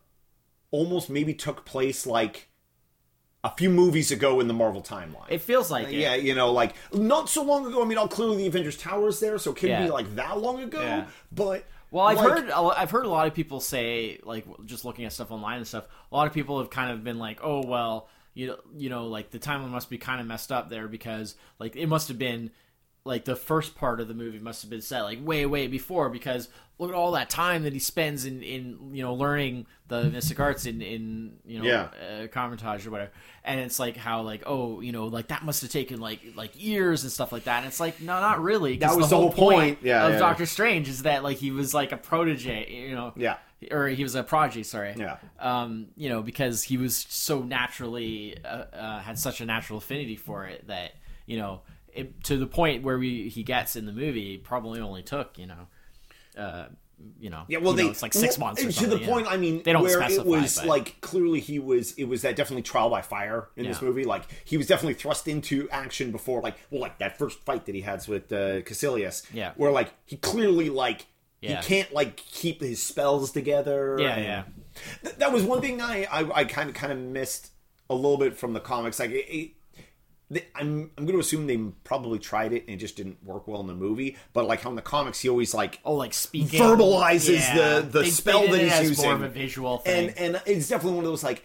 S1: almost maybe took place like a few movies ago in the Marvel timeline.
S2: it feels like it.
S1: Uh, yeah, you know, like not so long ago. I mean, I'll clearly the Avengers Tower is there, so it could
S2: Yeah.
S1: be like that long ago.
S2: Yeah.
S1: But
S2: Well, I've
S1: like,
S2: heard a lo- I've heard a lot of people say like just looking at stuff online and stuff. A lot of people have kind of been like, "Oh well, you know, you know, like the timeline must be kind of messed up there because like it must have been like the first part of the movie must have been set like way way before because look at all that time that he spends in in you know learning the mystic arts in in you know
S1: Yeah.
S2: uh, commentage or whatever and it's like how like oh you know like that must have taken like like years and stuff like that and it's like no not really 'cause
S1: That was the whole point. Yeah, yeah,
S2: of
S1: yeah.
S2: Doctor Strange is that like he was like a protege, you know.
S1: Yeah.
S2: Or he was a prodigy, sorry.
S1: Yeah.
S2: Um, you know, because he was so naturally uh, uh, had such a natural affinity for it that you know it, to the point where we he gets in the movie probably only took you know, uh, you know,
S1: Yeah, well,
S2: who
S1: they
S2: knows, like six
S1: well,
S2: months or
S1: and
S2: something,
S1: to the
S2: you know.
S1: point. I mean,
S2: They don't
S1: where it
S2: specify,
S1: was
S2: but-
S1: like clearly he was. It was that definitely trial by fire in this
S2: Yeah.
S1: movie. Like he was definitely thrust into action before, like well, like that first fight that he has with uh, Cassilius.
S2: Yeah.
S1: where like he clearly like
S2: Yeah.
S1: he can't like keep his spells together.
S2: yeah,
S1: and-
S2: yeah,
S1: Th- that was one thing I I, I kind of kind of missed a little bit from the comics. Like it, it, they, I'm I'm going to assume they probably tried it and it just didn't work well in the movie. But like how in the comics he always like
S2: Oh, like speaking
S1: verbalizes
S2: Yeah.
S1: the the
S2: They-
S1: spell
S2: they
S1: that
S2: did it
S1: he's
S2: as
S1: using.
S2: More of a visual thing.
S1: and and it's definitely one of those like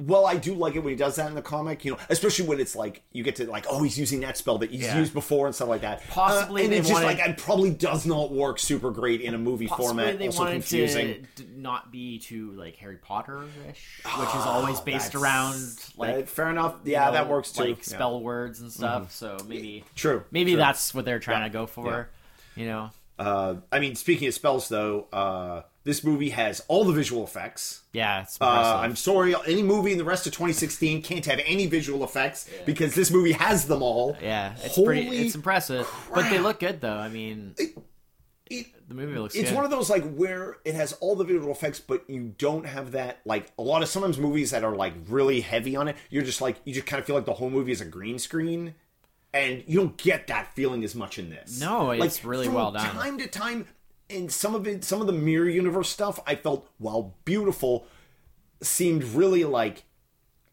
S1: well i do like it when he does that in the comic you know especially when it's like you get to like oh he's using that spell that he's
S2: Yeah.
S1: used before and stuff like that
S2: Possibly
S1: Uh, and
S2: they
S1: it's just
S2: wanted-
S1: like it probably does not work super great in a movie
S2: Possibly
S1: format
S2: they
S1: also
S2: wanted
S1: confusing
S2: to d- not be too like Harry Potter ish, which
S1: Oh,
S2: is always based around like
S1: Uh, Ah, fair enough
S2: you
S1: yeah
S2: know,
S1: that works too
S2: like
S1: Yeah.
S2: spell words and stuff. So maybe
S1: true
S2: maybe
S1: true.
S2: that's what they're trying to go for. You know,
S1: uh i mean speaking of spells though uh this movie has all the visual effects
S2: yeah, it's
S1: uh,
S2: impressive.
S1: I'm sorry, any movie in the rest of 2016 can't have any visual effects because this movie has them all.
S2: yeah, it's
S1: Holy
S2: pretty, it's impressive. But they look good though. I mean,
S1: It-
S2: the movie looks.
S1: it's
S2: good.
S1: one of those like where it has all the visual effects but you don't have that like a lot of sometimes movies that are like really heavy on it you're just like you just kind of feel like the whole movie is a green screen and you don't get that feeling as much in this
S2: No,
S1: Like,
S2: it's really
S1: from
S2: well done.
S1: time to time and some of it some of the mirror universe stuff i felt while beautiful seemed really like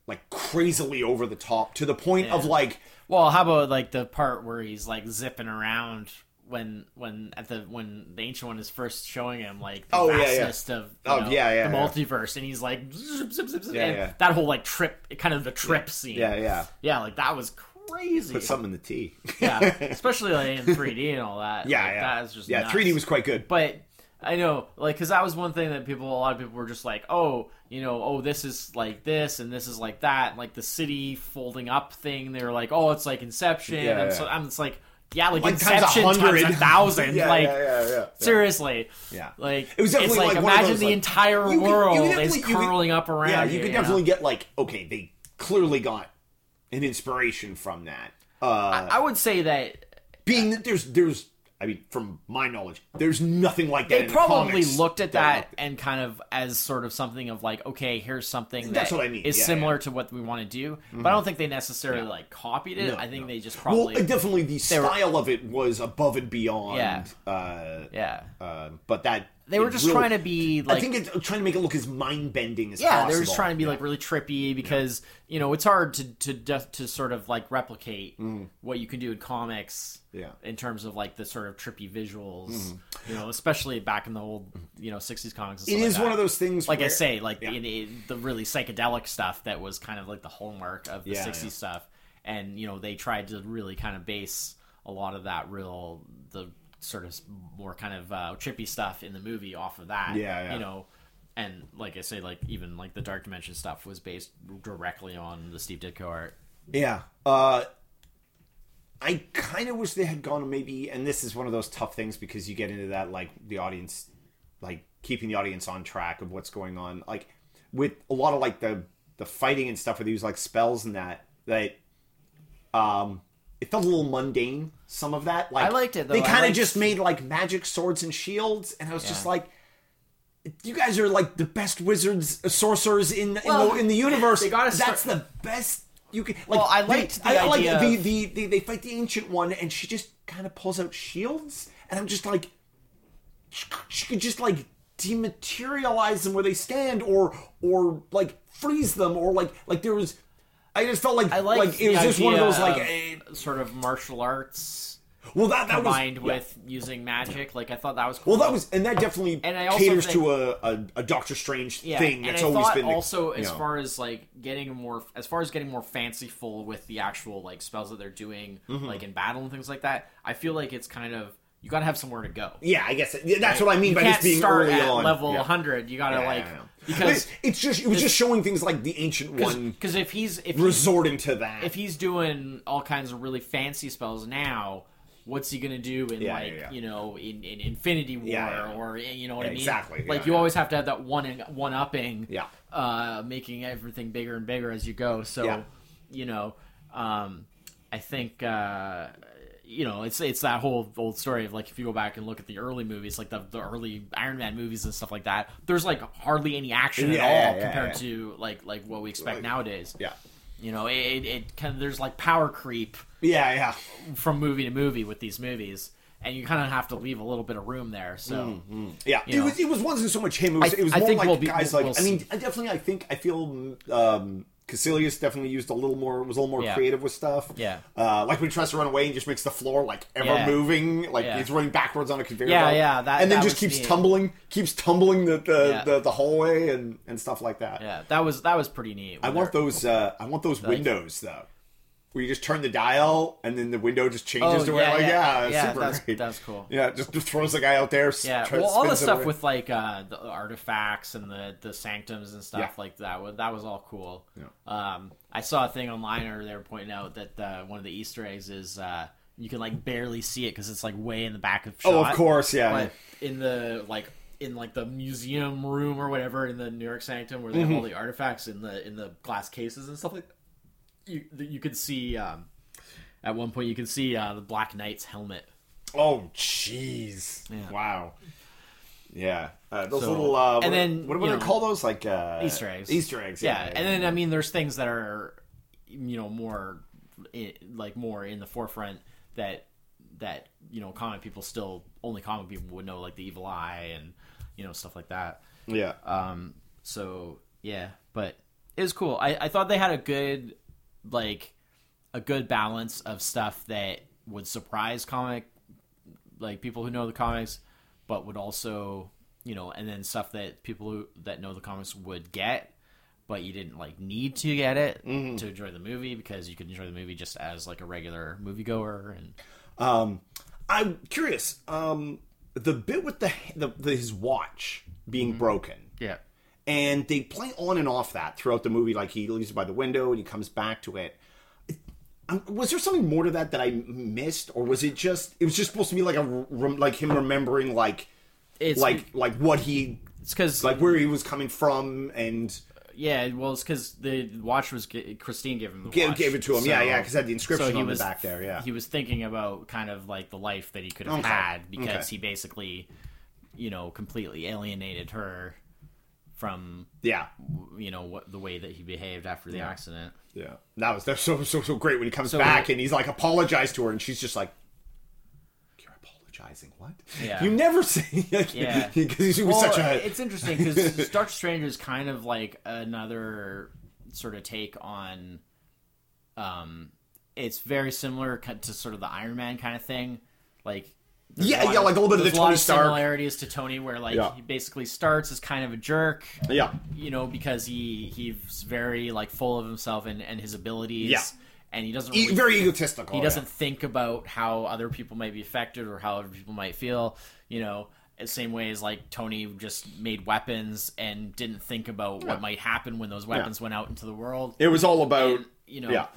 S1: like crazily over the top to the point of like
S2: Well, how about like the part where he's like zipping around when when at the when the ancient one is first showing him like the
S1: Oh, yeah, yeah.
S2: vastness of you
S1: Oh,
S2: know,
S1: yeah, yeah,
S2: the
S1: yeah.
S2: multiverse and he's like zip, zip, zip, zip,
S1: Yeah,
S2: and
S1: yeah.
S2: that whole like trip kind of the trip scene
S1: yeah yeah
S2: yeah like that was crazy
S1: put something in the tea
S2: yeah especially like in 3D and all that
S1: yeah
S2: like,
S1: yeah
S2: that is just
S1: yeah
S2: nuts.
S1: 3d was quite good
S2: but I know, like, because that was one thing that people, a lot of people were just like, oh, you know, oh, this is like this and this is like that, and, like the city folding up thing. They were like, oh, it's like Inception,
S1: Yeah,
S2: and
S1: yeah.
S2: so I'm it's like, yeah, like,
S1: Like, times a
S2: Inception times a,
S1: hundred.
S2: thousand,
S1: Yeah,
S2: like
S1: yeah, yeah, yeah, yeah.
S2: seriously,
S1: Yeah.
S2: like
S1: It was
S2: it's
S1: definitely
S2: like,
S1: like one of
S2: imagine
S1: those,
S2: the
S1: like,
S2: entire
S1: you could- you
S2: world is
S1: definitely- you could-
S2: curling up around.
S1: Yeah, you
S2: you
S1: can
S2: know?
S1: definitely get like okay, they clearly got an inspiration from that. Uh,
S2: I would say that
S1: being that there's there's I mean from my knowledge, there's nothing like that.
S2: they
S1: in
S2: probably
S1: comics
S2: looked at that
S1: looked-
S2: and kind of as sort of something of like, okay, here's something
S1: That's
S2: that
S1: what I mean.
S2: is
S1: Yeah, Mm-hmm.
S2: similar to what we want to do. But I don't think they necessarily like copied it.
S1: No,
S2: I think they just
S1: well,
S2: probably
S1: uh, definitely the
S2: were-
S1: style of it was above and beyond.
S2: Yeah.
S1: Uh,
S2: yeah.
S1: um, but that
S2: They were just trying to be like
S1: I think it's trying to make it look as mind bending as
S2: yeah,
S1: possible.
S2: they were just trying to be like really trippy because you know it's hard to to de- to sort of like replicate what you can do in comics.
S1: Mm. Yeah. Mm-hmm.
S2: in terms of like the sort of trippy visuals, you know, especially back in the old you know '60s comics. And
S1: It
S2: stuff
S1: is
S2: like
S1: one
S2: that.
S1: of those things.
S2: like I
S1: where-
S2: say, like
S1: Yeah.
S2: in, in the really psychedelic stuff that was kind of like the hallmark of the
S1: Yeah,
S2: 60s
S1: yeah.
S2: stuff. And, you know, they tried to really kind of base a lot of that real, the sort of more kind of uh, trippy stuff in the movie off of that.
S1: Yeah, yeah.
S2: You know, and like I say, like even like the Dark Dimension stuff was based directly on the Steve Ditko art.
S1: Yeah. Uh, I kind of wish they had gone maybe, and this is one of those tough things because you get into that, like the audience, like keeping the audience on track of what's going on. Like with a lot of like the, the fighting and stuff with these like spells and that, that, um, it felt a little mundane. Some of that, like
S2: I liked it, though.
S1: They
S2: I
S1: kind of
S2: liked-
S1: just made like magic swords and shields, and I was just like, "You guys are like the best wizards, sorcerers in in,
S2: Well,
S1: the, in the universe.
S2: they gotta
S1: That's
S2: start-
S1: the best you can. Like,
S2: Well, I liked
S1: they-
S2: the
S1: I, like
S2: idea
S1: the,
S2: of-
S1: the, the they fight the ancient one, and she just kind of pulls out shields, and I'm just like, she, she could just like dematerialize them where they stand, or or like freeze them, or like like there was. I just felt like
S2: I like,
S1: like it was just one of those like eh,
S2: sort of martial arts
S1: well that that was
S2: combined
S1: yeah.
S2: with using magic. Like I thought that was cool.
S1: well that was and that definitely
S2: And I also
S1: caters
S2: think-
S1: to a, a a Doctor Strange
S2: yeah.
S1: thing
S2: and
S1: that's
S2: I
S1: always
S2: thought
S1: been the-
S2: also
S1: you
S2: as
S1: know.
S2: far as like getting more as far as getting more fanciful with the actual like spells that they're doing
S1: Mm-hmm.
S2: like in battle and things like that i feel like it's kind of you gotta have somewhere to go
S1: yeah I guess yeah, that's what I mean
S2: you
S1: by
S2: can't
S1: just being
S2: start
S1: early
S2: at
S1: on
S2: level
S1: yeah.
S2: 100 you gotta
S1: Yeah,
S2: like
S1: yeah, yeah.
S2: because
S1: But it's just it was just showing things like the ancient one
S2: because if he's if he's,
S1: resorting to that.
S2: if he's doing all kinds of really fancy spells now what's he gonna do in
S1: Yeah,
S2: like
S1: yeah, yeah.
S2: you know in, in infinity war
S1: Yeah, yeah.
S2: or you know what
S1: Yeah,
S2: i mean
S1: exactly.
S2: like
S1: Yeah,
S2: you
S1: yeah.
S2: always have to have that one in, one upping
S1: yeah,
S2: uh, making everything bigger and bigger as you go. So,
S1: Yeah.
S2: you know, um, I think uh, you know it's it's that whole old story of like if you go back and look at the early movies, like the, the early Iron Man movies and stuff like that. There's like hardly any action
S1: Yeah,
S2: at all
S1: yeah, yeah,
S2: compared
S1: yeah.
S2: to like like what we expect
S1: Like-
S2: nowadays.
S1: yeah,
S2: You know, it it, it kind of, there's like power creep
S1: yeah, yeah.
S2: from movie to movie with these movies. And you kind of have to leave a little bit of room there. So
S1: Yeah,
S2: You
S1: it
S2: know.
S1: was. It was wasn't so much him. It was,
S2: I-
S1: it was
S2: I
S1: more
S2: think
S1: like
S2: we'll be-
S1: guys
S2: we'll-
S1: like.
S2: we'll
S1: I mean,
S2: see.
S1: I definitely. I think I feel um, Cassilius definitely used a little more was a little more
S2: Yeah.
S1: creative with stuff.
S2: Yeah.
S1: Uh, like when he tries to run away and just makes the floor like ever
S2: Yeah.
S1: moving, like
S2: Yeah.
S1: he's running backwards on a conveyor
S2: Yeah,
S1: belt.
S2: yeah, that-
S1: and then
S2: that
S1: just
S2: was
S1: keeps
S2: neat.
S1: tumbling, keeps tumbling the the,
S2: Yeah.
S1: the, the hallway and, and stuff like that.
S2: Yeah, that was that was pretty neat.
S1: I want those. Uh, I want those windows though, where you just turn the dial and then the window just changes
S2: Oh,
S1: to where
S2: yeah,
S1: like yeah,
S2: yeah.
S1: it's
S2: Yeah,
S1: super
S2: that's-
S1: great.
S2: that's cool.
S1: Yeah, just, just throws the guy out there. s-
S2: Yeah,
S1: tries
S2: well,
S1: to
S2: all the
S1: spins him
S2: stuff
S1: around.
S2: with like uh, the artifacts and the, the sanctums and stuff
S1: Yeah.
S2: like that. wa- That was all cool.
S1: Yeah.
S2: Um, I saw a thing online or they were pointing out that uh, one of the Easter eggs is uh, you can like barely see it because it's like way in the back of shot.
S1: Oh, of course, yeah.
S2: But in the like in like the museum room or whatever in the New York Sanctum where they
S1: Mm-hmm.
S2: have all the artifacts in the in the glass cases and stuff like that, you that you could see um, at one point you can see uh, the Black Knight's helmet.
S1: Oh, jeez.
S2: Yeah.
S1: Wow. Yeah. Uh, those
S2: So-
S1: little. Uh,
S2: and
S1: what-
S2: then,
S1: what do
S2: you
S1: they
S2: know,
S1: call those? Like uh,
S2: Easter eggs.
S1: Easter eggs.
S2: Yeah,
S1: Yeah.
S2: and then I mean, there's things that are, you know, more, i- like more in the forefront that that you know, common people still only common people would know, like the evil eye and you know stuff like that.
S1: yeah.
S2: Um, so yeah, but it was cool. I, I thought they had a good like a good balance of stuff that would surprise comic like people who know the comics, but would also you know, and then stuff that people who that know the comics would get, but you didn't like need to get it
S1: Mm-hmm.
S2: to enjoy the movie because you could enjoy the movie just as like a regular moviegoer and
S1: Um, I'm curious. Um, the bit with the, the, the his watch being
S2: Mm-hmm.
S1: broken.
S2: yeah.
S1: and they play on and off that throughout the movie. Like he leaves it by the window and he comes back to it. Um, Was there something more to that that I m- missed, or was it just it was just supposed to be like a rem- like him remembering like
S2: It's
S1: like like what he
S2: it's because
S1: like where he was coming from and
S2: Yeah, well, it's because the watch was g- Christine gave him the
S1: gave,
S2: watch.
S1: gave it to him. yeah, yeah, because had the inscription
S2: so he
S1: on
S2: was
S1: the back there. Yeah,
S2: he was thinking about kind of like the life that he could have
S1: Okay.
S2: had because
S1: Okay.
S2: he basically, you know, completely alienated her from
S1: yeah,
S2: you know what the way that he behaved after the accident.
S1: yeah. That was that's so so so great when he comes
S2: So-
S1: back and he's like apologized to her and she's just like. "You're Apologizing, what?
S2: Yeah.
S1: You never say, like,
S2: Yeah.
S1: because he was
S2: Well,
S1: such a.
S2: it's interesting because Dark Stranger is kind of like another sort of take on, um, it's very similar ki- to sort of the Iron Man kind of thing, like. there's
S1: Yeah,
S2: a lot
S1: yeah, like a little bit of
S2: there's
S1: the
S2: a lot
S1: Tony
S2: of
S1: Stark.
S2: similarities to Tony, where like
S1: Yeah.
S2: he basically starts as kind of a jerk,
S1: yeah,
S2: you know, because he he's very like full of himself and and his abilities,
S1: Yeah.
S2: and he doesn't
S1: E-
S2: really
S1: very egotistical.
S2: he
S1: yeah.
S2: doesn't think about how other people might be affected or how other people might feel you know the same way as like tony just made weapons and didn't think about what might happen when those weapons went out into the world
S1: It was all about
S2: you know
S1: yeah.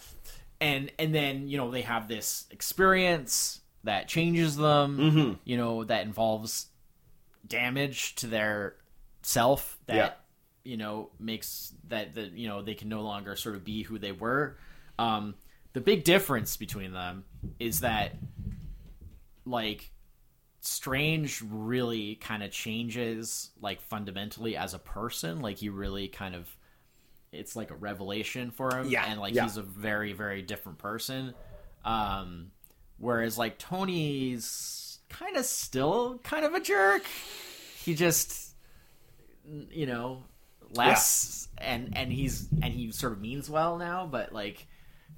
S2: and and then you know they have this experience that changes them
S1: Mm-hmm.
S2: you know that involves damage to their self that
S1: Yeah.
S2: you know makes that that you know they can no longer sort of be who they were um the big difference between them is that like strange really kind of changes like fundamentally as a person like he really kind of it's like a revelation for him
S1: Yeah,
S2: and like
S1: yeah.
S2: he's a very very different person um whereas like tony's kind of still kind of a jerk he just you know less and and he's and he sort of means well now but like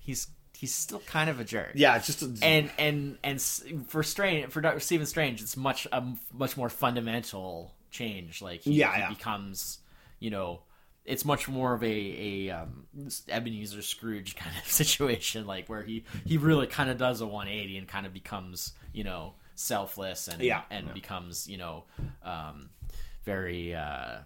S2: he's he's still kind of a jerk
S1: yeah, it's just a,
S2: and and and s- for strange for Dr. Stephen Strange, it's much a m- much more fundamental change. Like he,
S1: Yeah,
S2: he
S1: yeah.
S2: becomes, you know, it's much more of a a um, Ebenezer Scrooge kind of situation, like where he he really kind of does a one eighty and kind of becomes you know selfless and
S1: Yeah,
S2: and becomes you know um, very. Uh,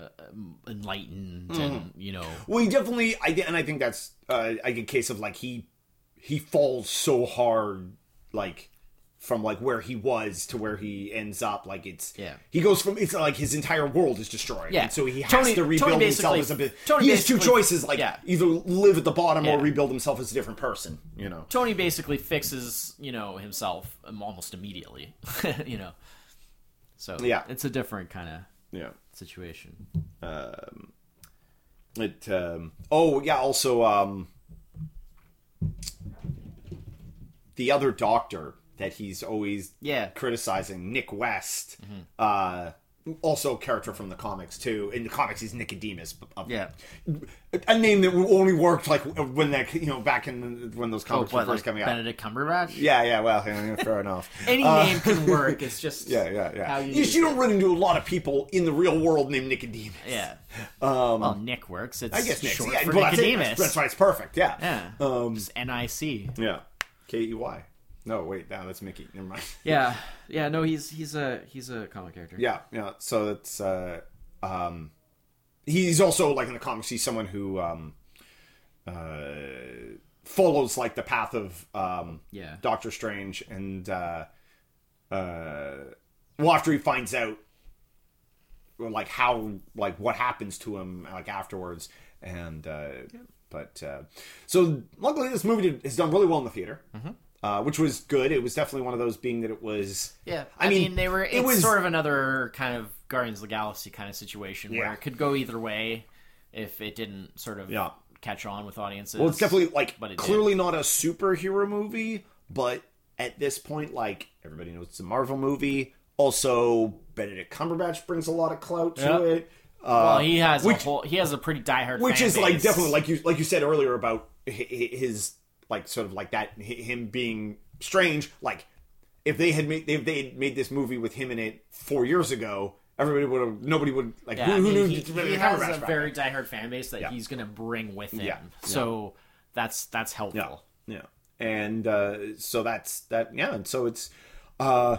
S2: uh, um, enlightened and
S1: Mm-hmm.
S2: you know
S1: well, he definitely. I and I think that's uh, like a case of like he he falls so hard like from like where he was to where he ends up. Like it's
S2: Yeah.
S1: He goes from it's like his entire world is destroyed.
S2: Yeah.
S1: and so he has
S2: Tony-
S1: to
S2: Tony
S1: rebuild himself
S2: basically-
S1: as a. bit-
S2: Tony
S1: he has two
S2: basically-
S1: choices: like
S2: yeah.
S1: either live at the bottom or
S2: Yeah.
S1: rebuild himself as a different person. You know.
S2: Tony basically fixes, you know, himself um, almost immediately, you know. So
S1: Yeah.
S2: it's a different kind of
S1: Yeah.
S2: situation.
S1: It. Um, oh yeah. Also, um, the other doctor that he's always
S2: Yeah, Mm-hmm.
S1: criticizing Nick West. Uh, also a character from the comics too. In the comics, he's Nicodemus. a-
S2: Yeah.
S1: a name that only worked like when that you know back in when those
S2: Oh,
S1: comics were
S2: what,
S1: first
S2: like
S1: coming out.
S2: Benedict Cumberbatch?
S1: Yeah, yeah. Well, yeah, fair enough.
S2: Any
S1: Uh,
S2: name can work. It's just
S1: Yeah, yeah, yeah.
S2: How
S1: you,
S2: you
S1: you
S2: use
S1: don't run into a lot of people in the real world named Nicodemus.
S2: yeah.
S1: Um,
S2: Well, Nick works. It's
S1: I guess Nick.
S2: short
S1: yeah,
S2: for
S1: well, that's it.
S2: Nicodemus.
S1: That's why it's perfect. Yeah.
S2: Yeah.
S1: Um,
S2: Just N-I-C.
S1: yeah. K E Y. No, wait. No, that's Mickey. Never mind.
S3: Yeah, yeah. No, he's he's a he's a comic character.
S1: Yeah, yeah. So that's uh um he's also like in the comics he's someone who um uh follows like the path of um
S3: Yeah.
S1: Doctor Strange and uh uh well after he finds out well, like how like what happens to him like afterwards and uh but uh so luckily this movie did, has done really well in the theater.
S2: Mm-hmm.
S1: Uh, which was good. It was definitely one of those being that it was.
S2: Yeah,
S1: I
S2: I,
S1: mean,
S2: mean, they were.
S1: it
S2: It's
S1: was-
S2: sort of another kind of Guardians of the Galaxy kind of situation
S1: Yeah.
S2: where it could go either way if it didn't sort of
S1: Yeah.
S2: catch on with audiences.
S1: Well, it's definitely like
S2: But it did.
S1: clearly not a superhero movie, but at this point, like everybody knows it's a Marvel movie. Also, Benedict Cumberbatch brings a lot of clout to
S2: Yeah.
S1: it.
S2: well,
S1: Uh,
S2: he has
S1: which-
S2: a whole. He has a pretty diehard,
S1: which
S2: fan
S1: is like
S2: base.
S1: definitely like you like you said earlier about hi- hi- his like sort of like that hi- him being strange. Like if they had made if they had made this movie with him in it four years ago, everybody would have nobody would like
S2: Yeah,
S1: who,
S2: I
S1: who
S2: mean,
S1: knew
S2: he,
S1: Benedict
S2: he has
S1: Cumberbatch
S2: a
S1: back
S2: very diehard fan base that
S1: Yeah.
S2: he's going to bring with him.
S1: Yeah.
S2: So that's that's helpful.
S1: Yeah. Yeah. And uh, so that's that. Yeah. And so it's, uh,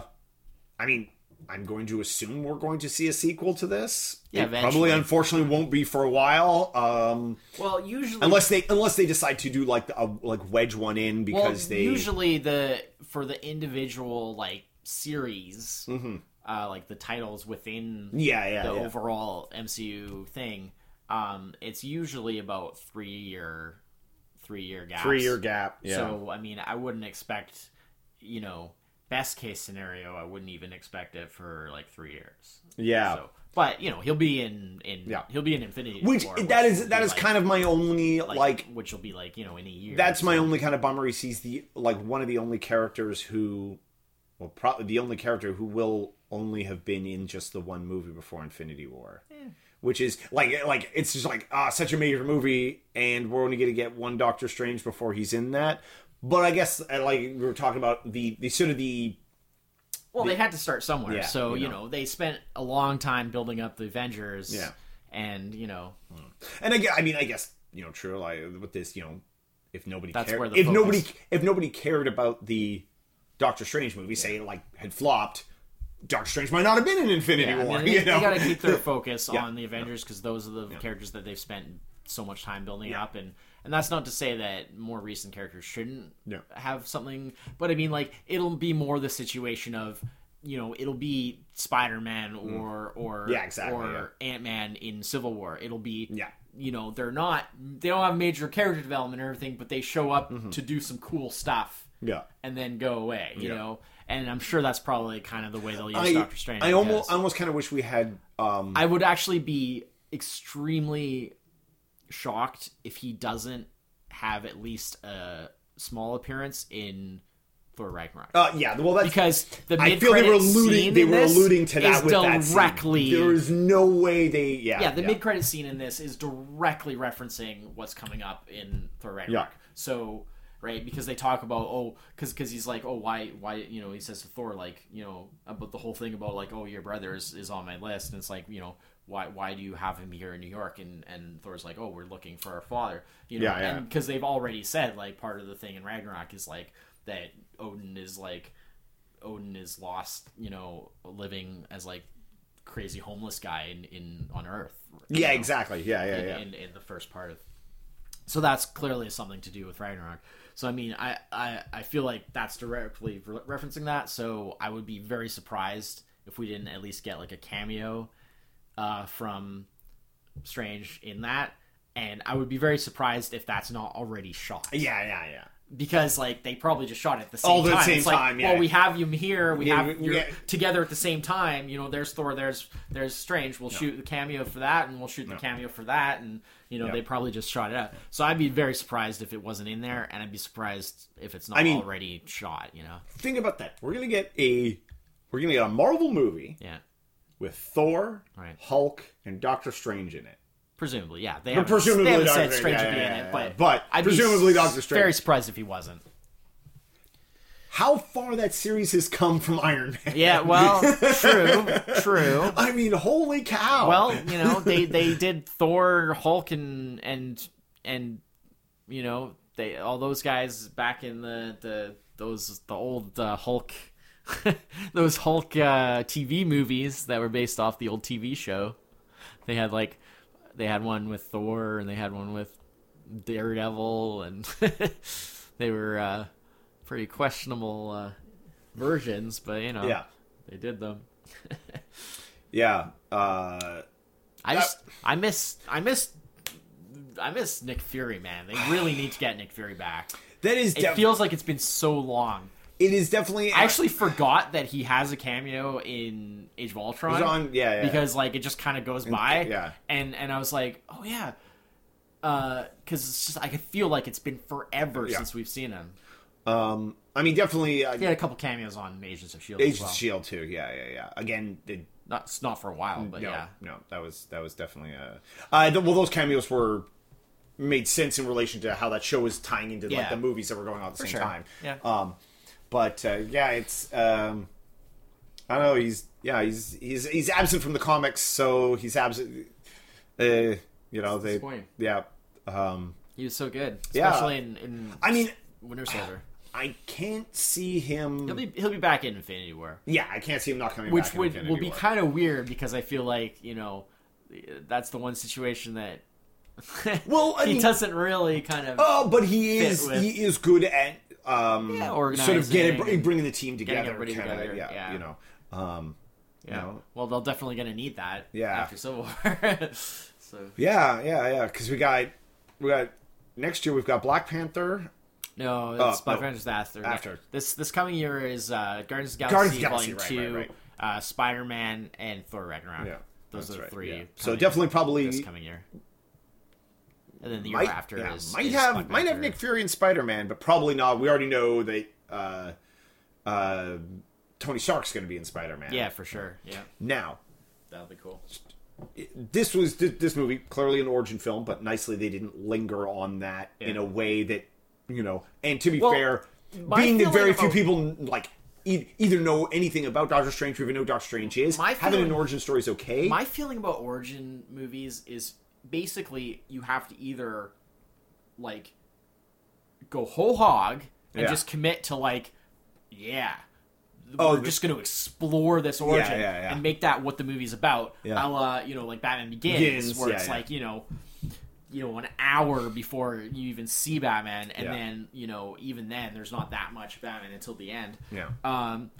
S1: I mean, I'm going to assume we're going to see a sequel to this.
S2: Yeah,
S1: It probably
S2: eventually.
S1: unfortunately won't be for a while, um,
S2: Well, usually
S1: unless they unless they decide to do like a, like wedge one in because
S2: well,
S1: they
S2: usually the for the individual like series,
S1: Mm-hmm.
S2: uh, like the titles within
S1: yeah yeah
S2: the
S1: yeah.
S2: overall MCU thing, um, it's usually about three year, three year gaps.
S1: three year gap. Yeah.
S2: So I mean, I wouldn't expect, you know, best case scenario, I wouldn't even expect it for like three years.
S1: yeah.
S2: So, but you know, he'll be in in
S1: Yeah.
S2: he'll be in Infinity
S1: which
S2: War,
S1: that is
S2: will
S1: that
S2: be,
S1: is
S2: like-
S1: kind of my only like
S2: which will be like you know in a year.
S1: That's my only kind of bummer. He sees the like one of the only characters who, well, probably the only character who will only have been in just the one movie before Infinity War, which is like like it's just like ah such a major movie, and we're only gonna get one Doctor Strange before he's in that. But I guess uh, like we were talking about the the sort of the
S2: Well, they had to start somewhere,
S1: Yeah,
S2: so
S1: you
S2: you know. they spent a long time building up the Avengers.
S1: Yeah.
S2: and you know
S1: and I, gue- I mean I guess you know true like with this you know if nobody
S2: That's
S1: cared
S2: where the
S1: if
S2: focus-
S1: nobody if nobody cared about the Doctor Strange movie say it, like had flopped. Doctor Strange might not have been in Infinity
S2: Yeah, I
S1: War.
S2: mean, they,
S1: you know,
S2: got to keep their focus on the Avengers because those are the characters that they've spent so much time building
S1: Yeah.
S2: up, and and that's not to say that more recent characters shouldn't
S1: Yeah.
S2: have something, but I mean like it'll be more the situation of you know it'll be Spider Man or or
S1: Mm. Yeah, exactly,
S2: or Ant Man in Civil War. It'll be
S1: Yeah.
S2: You know they're not they don't have major character development or everything, but they show up to do some cool stuff.
S1: Mm-hmm. Yeah.
S2: And then go away, you know, and I'm sure that's probably kind of the way they'll use
S1: I,
S2: Doctor Strange.
S1: I
S2: because-
S1: almost, I almost kind of wish we had. Um,
S2: I would actually be extremely shocked if he doesn't have at least a small appearance in Thor Ragnarok.
S1: uh, yeah, well, that's
S2: because the
S1: I feel they were
S2: mid-credit
S1: alluding.
S2: scene
S1: They
S2: in
S1: were
S2: this
S1: alluding to
S2: is
S1: that with that scene.
S2: directly.
S1: There is no way they. Yeah,
S2: yeah, the mid-credit scene in this is directly referencing what's coming up in Thor Ragnarok.
S1: Yeah.
S2: So right because they talk about oh because because he's like oh why why you know he says to Thor like you know about the whole thing about like oh your brother is, is on my list and it's like you know why why do you have him here in New York and and Thor's like oh we're looking for our father you know
S1: Yeah, yeah.
S2: because they've already said like part of the thing in Ragnarok is like that Odin is like Odin is lost, you know, living as like crazy homeless guy in, in on Earth. you
S1: yeah,
S2: know,
S1: exactly. Yeah, yeah,
S2: in,
S1: yeah.
S2: in, in the first part of. So that's clearly something to do with Ragnarok. So I mean, I I, I feel like that's directly re- referencing that. So I would be very surprised if we didn't at least get like a cameo uh, from Strange in that. And I would be very surprised if that's not already shot
S1: yeah, yeah, yeah.
S2: because like they probably just shot it at the same
S1: All at
S2: time.
S1: the same
S2: it's like,
S1: time, yeah.
S2: well, we have you here, we
S1: Yeah,
S2: have
S1: you-
S2: you
S1: yeah.
S2: together at the same time. You know, there's Thor, there's there's Strange. We'll shoot the cameo for that, and we'll shoot the cameo for that, and you know
S1: Yeah.
S2: they probably just shot it out. So I'd be very surprised if it wasn't in there, and I'd be surprised if it's not
S1: I mean-
S2: already shot. You know,
S1: Think about that. We're gonna get a. We're gonna get a Marvel movie
S2: yeah,
S1: with Thor,
S2: Right.
S1: Hulk, and Doctor Strange in it.
S2: Presumably, yeah. They
S1: But
S2: haven't,
S1: presumably
S2: they haven't
S1: Doctor
S2: said
S1: Strange,
S2: Strange
S1: yeah,
S2: would be
S1: yeah,
S2: in
S1: yeah,
S2: it,
S1: yeah,
S2: but
S1: but
S2: I'd be
S1: presumably
S2: s-
S1: Doctor Strange.
S2: Very surprised if he wasn't.
S1: How far that series has come from Iron Man.
S2: Yeah, well, true, true.
S1: I mean, holy cow.
S2: Well, you know, they they did Thor, Hulk, and and and you know they all those guys back in the the those the old uh, Hulk. those Hulk uh, TV movies that were based off the old TV show. They had like they had one with Thor and they had one with Daredevil and they were uh, pretty questionable uh, versions, but you know
S1: yeah,
S2: they did them.
S1: yeah. Uh,
S2: I just I miss I miss I miss Nick Fury, man. They really need to get Nick Fury back.
S1: that is
S2: It
S1: def-
S2: feels like it's been so long.
S1: it is definitely
S2: I actually forgot that he has a cameo in Age of Ultron.
S1: He's on- yeah, yeah.
S2: Because like it just kind of goes by.
S1: yeah.
S2: And and I was like, oh yeah, because it's just I could feel like it's been forever
S1: Yeah.
S2: since we've seen him.
S1: Um, I mean, definitely uh,
S2: He had a couple cameos on Agents of Shield.
S1: Agents
S2: E as
S1: of
S2: well.
S1: Shield E too. Yeah, yeah, yeah. Again, the,
S2: Not it's not for a while, but
S1: no,
S2: yeah.
S1: no, that was that was definitely a. Uh, th- well, those cameos were made sense in relation to how that show was tying into like
S2: Yeah.
S1: the movies that were going on at the same
S2: sure.
S1: time.
S2: Yeah.
S1: Um, but uh, yeah, it's. Um, I don't know. He's yeah. He's he's he's absent from the comics, so he's absent. Uh, you know they.
S2: disappointing.
S1: Yeah. Um,
S2: He was so good,
S1: Yeah.
S2: especially in, in
S1: I mean,
S2: Winter Soldier.
S1: I can't see
S2: He'll
S1: him.
S2: be he'll be back in Infinity War.
S1: yeah, I can't see him not coming
S2: which
S1: back. in
S2: would
S1: Infinity
S2: will be
S1: War.
S2: kind of weird because I feel like you know that's the one situation that
S1: Well, I
S2: he
S1: mean-
S2: doesn't really kind of
S1: Oh, but he is
S2: with-
S1: he is good at um
S2: Yeah,
S1: sort of getting
S2: organizing,
S1: bringing the team together,
S2: everybody
S1: kinda,
S2: together,
S1: Yeah,
S2: yeah.
S1: you know. Um,
S2: you know.
S1: no.
S2: Well, they're definitely gonna need that
S1: Yeah.
S2: after Civil War. so
S1: yeah, yeah, yeah. Because we got we got next year we've got Black Panther,
S2: no, it's
S1: Oh,
S2: Black
S1: no.
S2: Panther's after.
S1: After.
S2: this this coming year is uh, Guardians of the
S1: Guardians
S2: Galaxy,
S1: of the Galaxy,
S2: Volume
S1: right, right,
S2: Two, uh, Spider Man, and Thor Ragnarok.
S1: Yeah,
S2: those
S1: that's
S2: are the
S1: right,
S2: three.
S1: yeah. So
S2: coming
S1: definitely probably
S2: this coming year. And then the year
S1: might,
S2: after
S1: yeah,
S2: is
S1: might
S2: is
S1: have
S2: Black
S1: might have
S2: Panther.
S1: Nick Fury and Spider Man, but probably not. We already know that uh, uh, Tony Stark's going to be in Spider Man.
S2: Yeah, for sure. Yeah,
S1: Now
S2: that'll be cool.
S1: this was th- this movie clearly an origin film, but nicely they didn't linger on that in a way that you know. And to be
S2: Well,
S1: fair,
S2: my
S1: being that
S2: feeling
S1: very few
S2: about-
S1: people like e- either know anything about Doctor Strange or even know Doctor Strange is,
S2: My
S1: having an
S2: feeling-
S1: origin story is okay.
S2: My feeling about origin movies is basically you have to either like go whole hog and
S1: Yeah.
S2: just commit to like, yeah,
S1: Oh,
S2: we're
S1: the-
S2: just going to explore this origin
S1: yeah, yeah.
S2: and make that what the movie's about.
S1: Yeah.
S2: A la, you know, like Batman Begins,
S1: Begins,
S2: where
S1: yeah,
S2: it's
S1: yeah.
S2: like you know. You know, an hour before you even see Batman, and
S1: Yeah.
S2: then you know, even then, there's not that much Batman until the end
S1: yeah,
S2: um,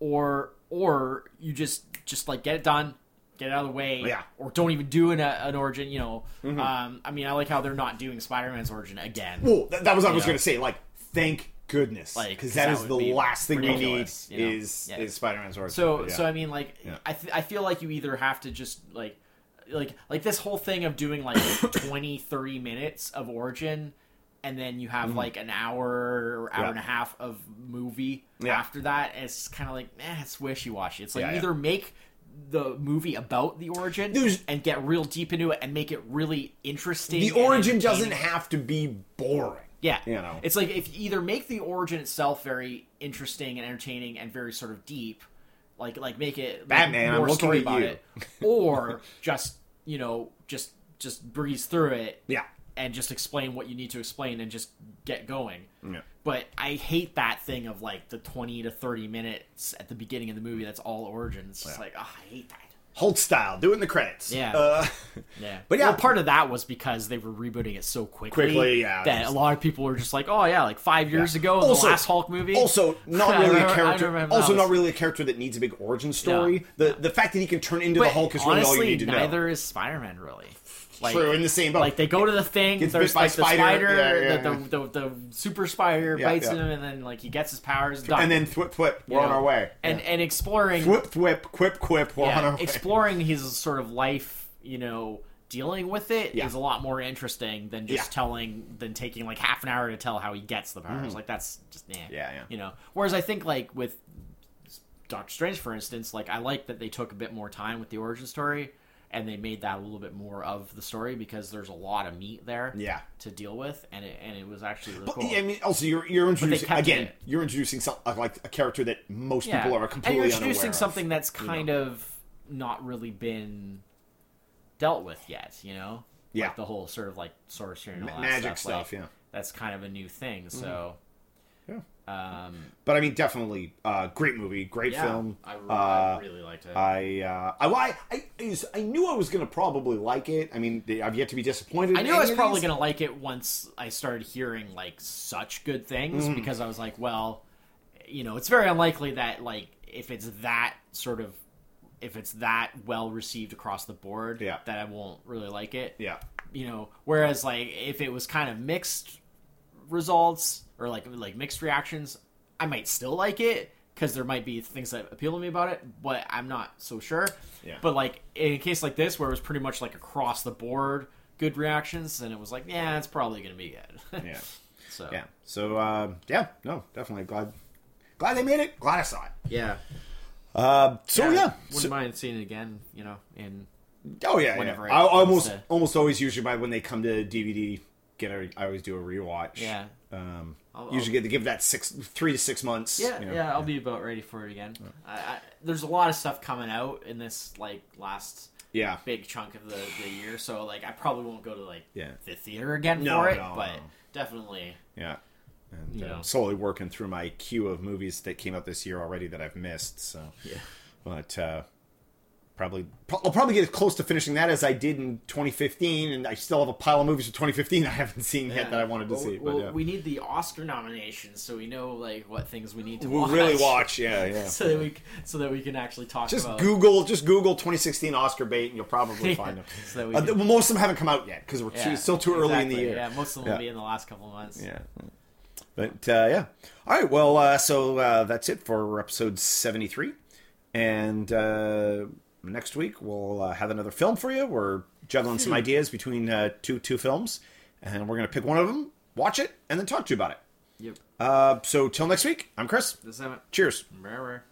S2: or or you just just like get it done, get it out of the way,
S1: Yeah.
S2: or don't even do an, an origin. You know, um, I mean, I like how they're not doing Spider-Man's origin again.
S1: well, th- that was what I was
S2: Yeah.
S1: going to say. Like, thank goodness,
S2: Like,
S1: because
S2: 'cause
S1: that
S2: that
S1: is
S2: would
S1: the
S2: be
S1: last thing we need
S2: ridiculous, you know?
S1: is
S2: Yeah.
S1: is Spider Man's origin.
S2: So
S1: yeah.
S2: so I mean, like
S1: Yeah.
S2: I th- I feel like you either have to just like like like this whole thing of doing like 20 30 minutes of origin and then you have like an hour or hour
S1: Mm-hmm. Yeah.
S2: and a half of movie
S1: Yeah.
S2: after that and it's kind of like eh, it's wishy-washy it's like
S1: Yeah, yeah.
S2: either make the movie about the origin
S1: There's-
S2: and get real deep into it and make it really interesting
S1: the
S2: and
S1: origin
S2: entertaining.
S1: doesn't have to be boring.
S2: Yeah,
S1: You know.
S2: it's like if you either make the origin itself very interesting and entertaining and very sort of deep, like like make it like,
S1: Batman, I'm
S2: more
S1: looking
S2: story
S1: at
S2: about
S1: you.
S2: it, or just you know just just breeze through it
S1: Yeah,
S2: and just explain what you need to explain and just get going.
S1: Yeah.
S2: But I hate that thing of like the twenty to thirty minutes at the beginning of the movie that's all origins. It's just like oh, I hate that.
S1: Holt style, do it in the credits.
S2: Yeah.
S1: Uh,
S2: Yeah,
S1: But yeah-
S2: well, part of that was because they were rebooting it so quickly.
S1: Quickly, yeah.
S2: That a lot of people were just like, "Oh yeah, like five years ago, in
S1: Also-
S2: the last Hulk movie."
S1: Also,
S2: I
S1: not really
S2: remember-
S1: a
S2: I
S1: character.
S2: remember
S1: Also,
S2: that
S1: not
S2: was-
S1: really a character that needs a big origin story. The the fact that he can turn into
S2: But
S1: the Hulk is really all you
S2: honestly,
S1: need to
S2: neither
S1: know.
S2: is Spider-Man really. Like,
S1: True, in the same boat.
S2: Like they go to the thing,
S1: Gets
S2: there's
S1: bit by
S2: like the
S1: spider,
S2: spider,
S1: yeah, yeah,
S2: the, The, the, the super spider
S1: Yeah,
S2: bites
S1: yeah.
S2: him, and then like he gets his powers. Done.
S1: and then thwip thwip,
S2: you
S1: we're on
S2: know?
S1: our way.
S2: And and exploring
S1: Thwip thwip, quip quip, we're on
S2: yeah,
S1: our way.
S2: exploring his sort of life, you know, dealing with it is
S1: Yeah.
S2: a lot more interesting than just
S1: Yeah.
S2: telling than taking like half an hour to tell how he gets the powers. Like that's just nah,
S1: Mm-hmm. Yeah, yeah.
S2: you know. Whereas I think like with Doctor Strange, for instance, like I like that they took a bit more time with the origin story and they made that a little bit more of the story because there's a lot of meat there
S1: Yeah.
S2: to deal with, and it and it was actually really
S1: But
S2: cool.
S1: yeah, I mean, also you're you're introducing
S2: kept
S1: again.
S2: it.
S1: You're introducing some uh, like a character that most people are completely
S2: and you're
S1: unaware
S2: introducing
S1: of.
S2: something that's kind of not really been dealt with yet. You know,
S1: Yeah.
S2: like the whole sort of like sorcery and all
S1: Ma-
S2: that
S1: magic
S2: stuff.
S1: stuff,
S2: like,
S1: yeah. Mm-hmm.
S2: that's kind of a new thing. So,
S1: Yeah.
S2: um,
S1: But I mean, definitely, uh, great movie, great
S2: yeah,
S1: film.
S2: I, re-
S1: uh,
S2: I really liked it.
S1: I, uh, I, well, I, I, I was- I knew I was going to probably like it. I mean, I've yet to be disappointed.
S2: I
S1: in
S2: knew I
S1: any
S2: was
S1: of
S2: probably
S1: these.
S2: gonna like it once I started hearing like such good things
S1: Mm-hmm.
S2: because I was like, well, you know, it's very unlikely that like if it's that sort of if it's that well received across the board,
S1: Yeah.
S2: that I won't really like it.
S1: Yeah,
S2: You know, whereas like if it was kind of mixed results or like like mixed reactions, I might still like it because there might be things that appeal to me about it, but I'm not so sure.
S1: Yeah.
S2: But like in a case like this where it was pretty much like across the board good reactions, and it was like, yeah, it's probably gonna be good.
S1: yeah,
S2: so
S1: yeah. So, uh, yeah, no, definitely glad, glad they made it. Glad I saw it.
S2: yeah.
S1: Uh, so yeah,
S2: Wouldn't
S1: So-
S2: mind seeing it again. You know, in
S1: oh yeah, yeah.
S2: whenever it
S1: I
S2: comes
S1: almost,
S2: to-
S1: almost always usually by when they come to DVD, get a, I always do a rewatch.
S2: yeah.
S1: Um,
S2: I'll-
S1: usually get to give that six, three to six months.
S2: Yeah,
S1: you know.
S2: yeah, I'll be about ready for it again. I, I, there's a lot of stuff coming out in this like last
S1: yeah.
S2: big chunk of the, the year, so like I probably won't go to like
S1: Yeah.
S2: the theater again
S1: No,
S2: for it,
S1: no,
S2: but
S1: no.
S2: definitely
S1: Yeah. And
S2: You
S1: uh,
S2: know.
S1: slowly working through my queue of movies that came out this year already that I've missed. So,
S2: yeah.
S1: but uh, probably pro- I'll probably get as close to finishing that as I did in 2015, and I still have a pile of movies from 2015 I haven't seen yet that I wanted to
S2: Uh, Well,
S1: see.
S2: Well,
S1: but uh, yeah.
S2: we need the Oscar nominations so we know like what things we need to
S1: we'll
S2: watch.
S1: really watch. Yeah, yeah.
S2: so that we c- so that we can actually talk
S1: just
S2: about.
S1: Google, just Google 2016 Oscar bait, and you'll probably
S2: Yeah,
S1: find them.
S2: so that we
S1: Uh,
S2: can-
S1: th- well, most of them haven't come out yet because we're
S2: Yeah,
S1: too, still too early in the
S2: exactly.
S1: year.
S2: Yeah, most of them
S1: Yeah.
S2: will be in the last couple of months.
S1: Yeah. But uh, yeah. All right. Well, uh, so uh, that's it for episode 73. And uh, next week, we'll uh, have another film for you. We're juggling some ideas between uh, two two films. And we're going to pick one of them, watch it, and then talk to you about it.
S2: Yep.
S1: Uh, so till next week, I'm Chris.
S2: This time,
S1: Cheers.
S2: remember.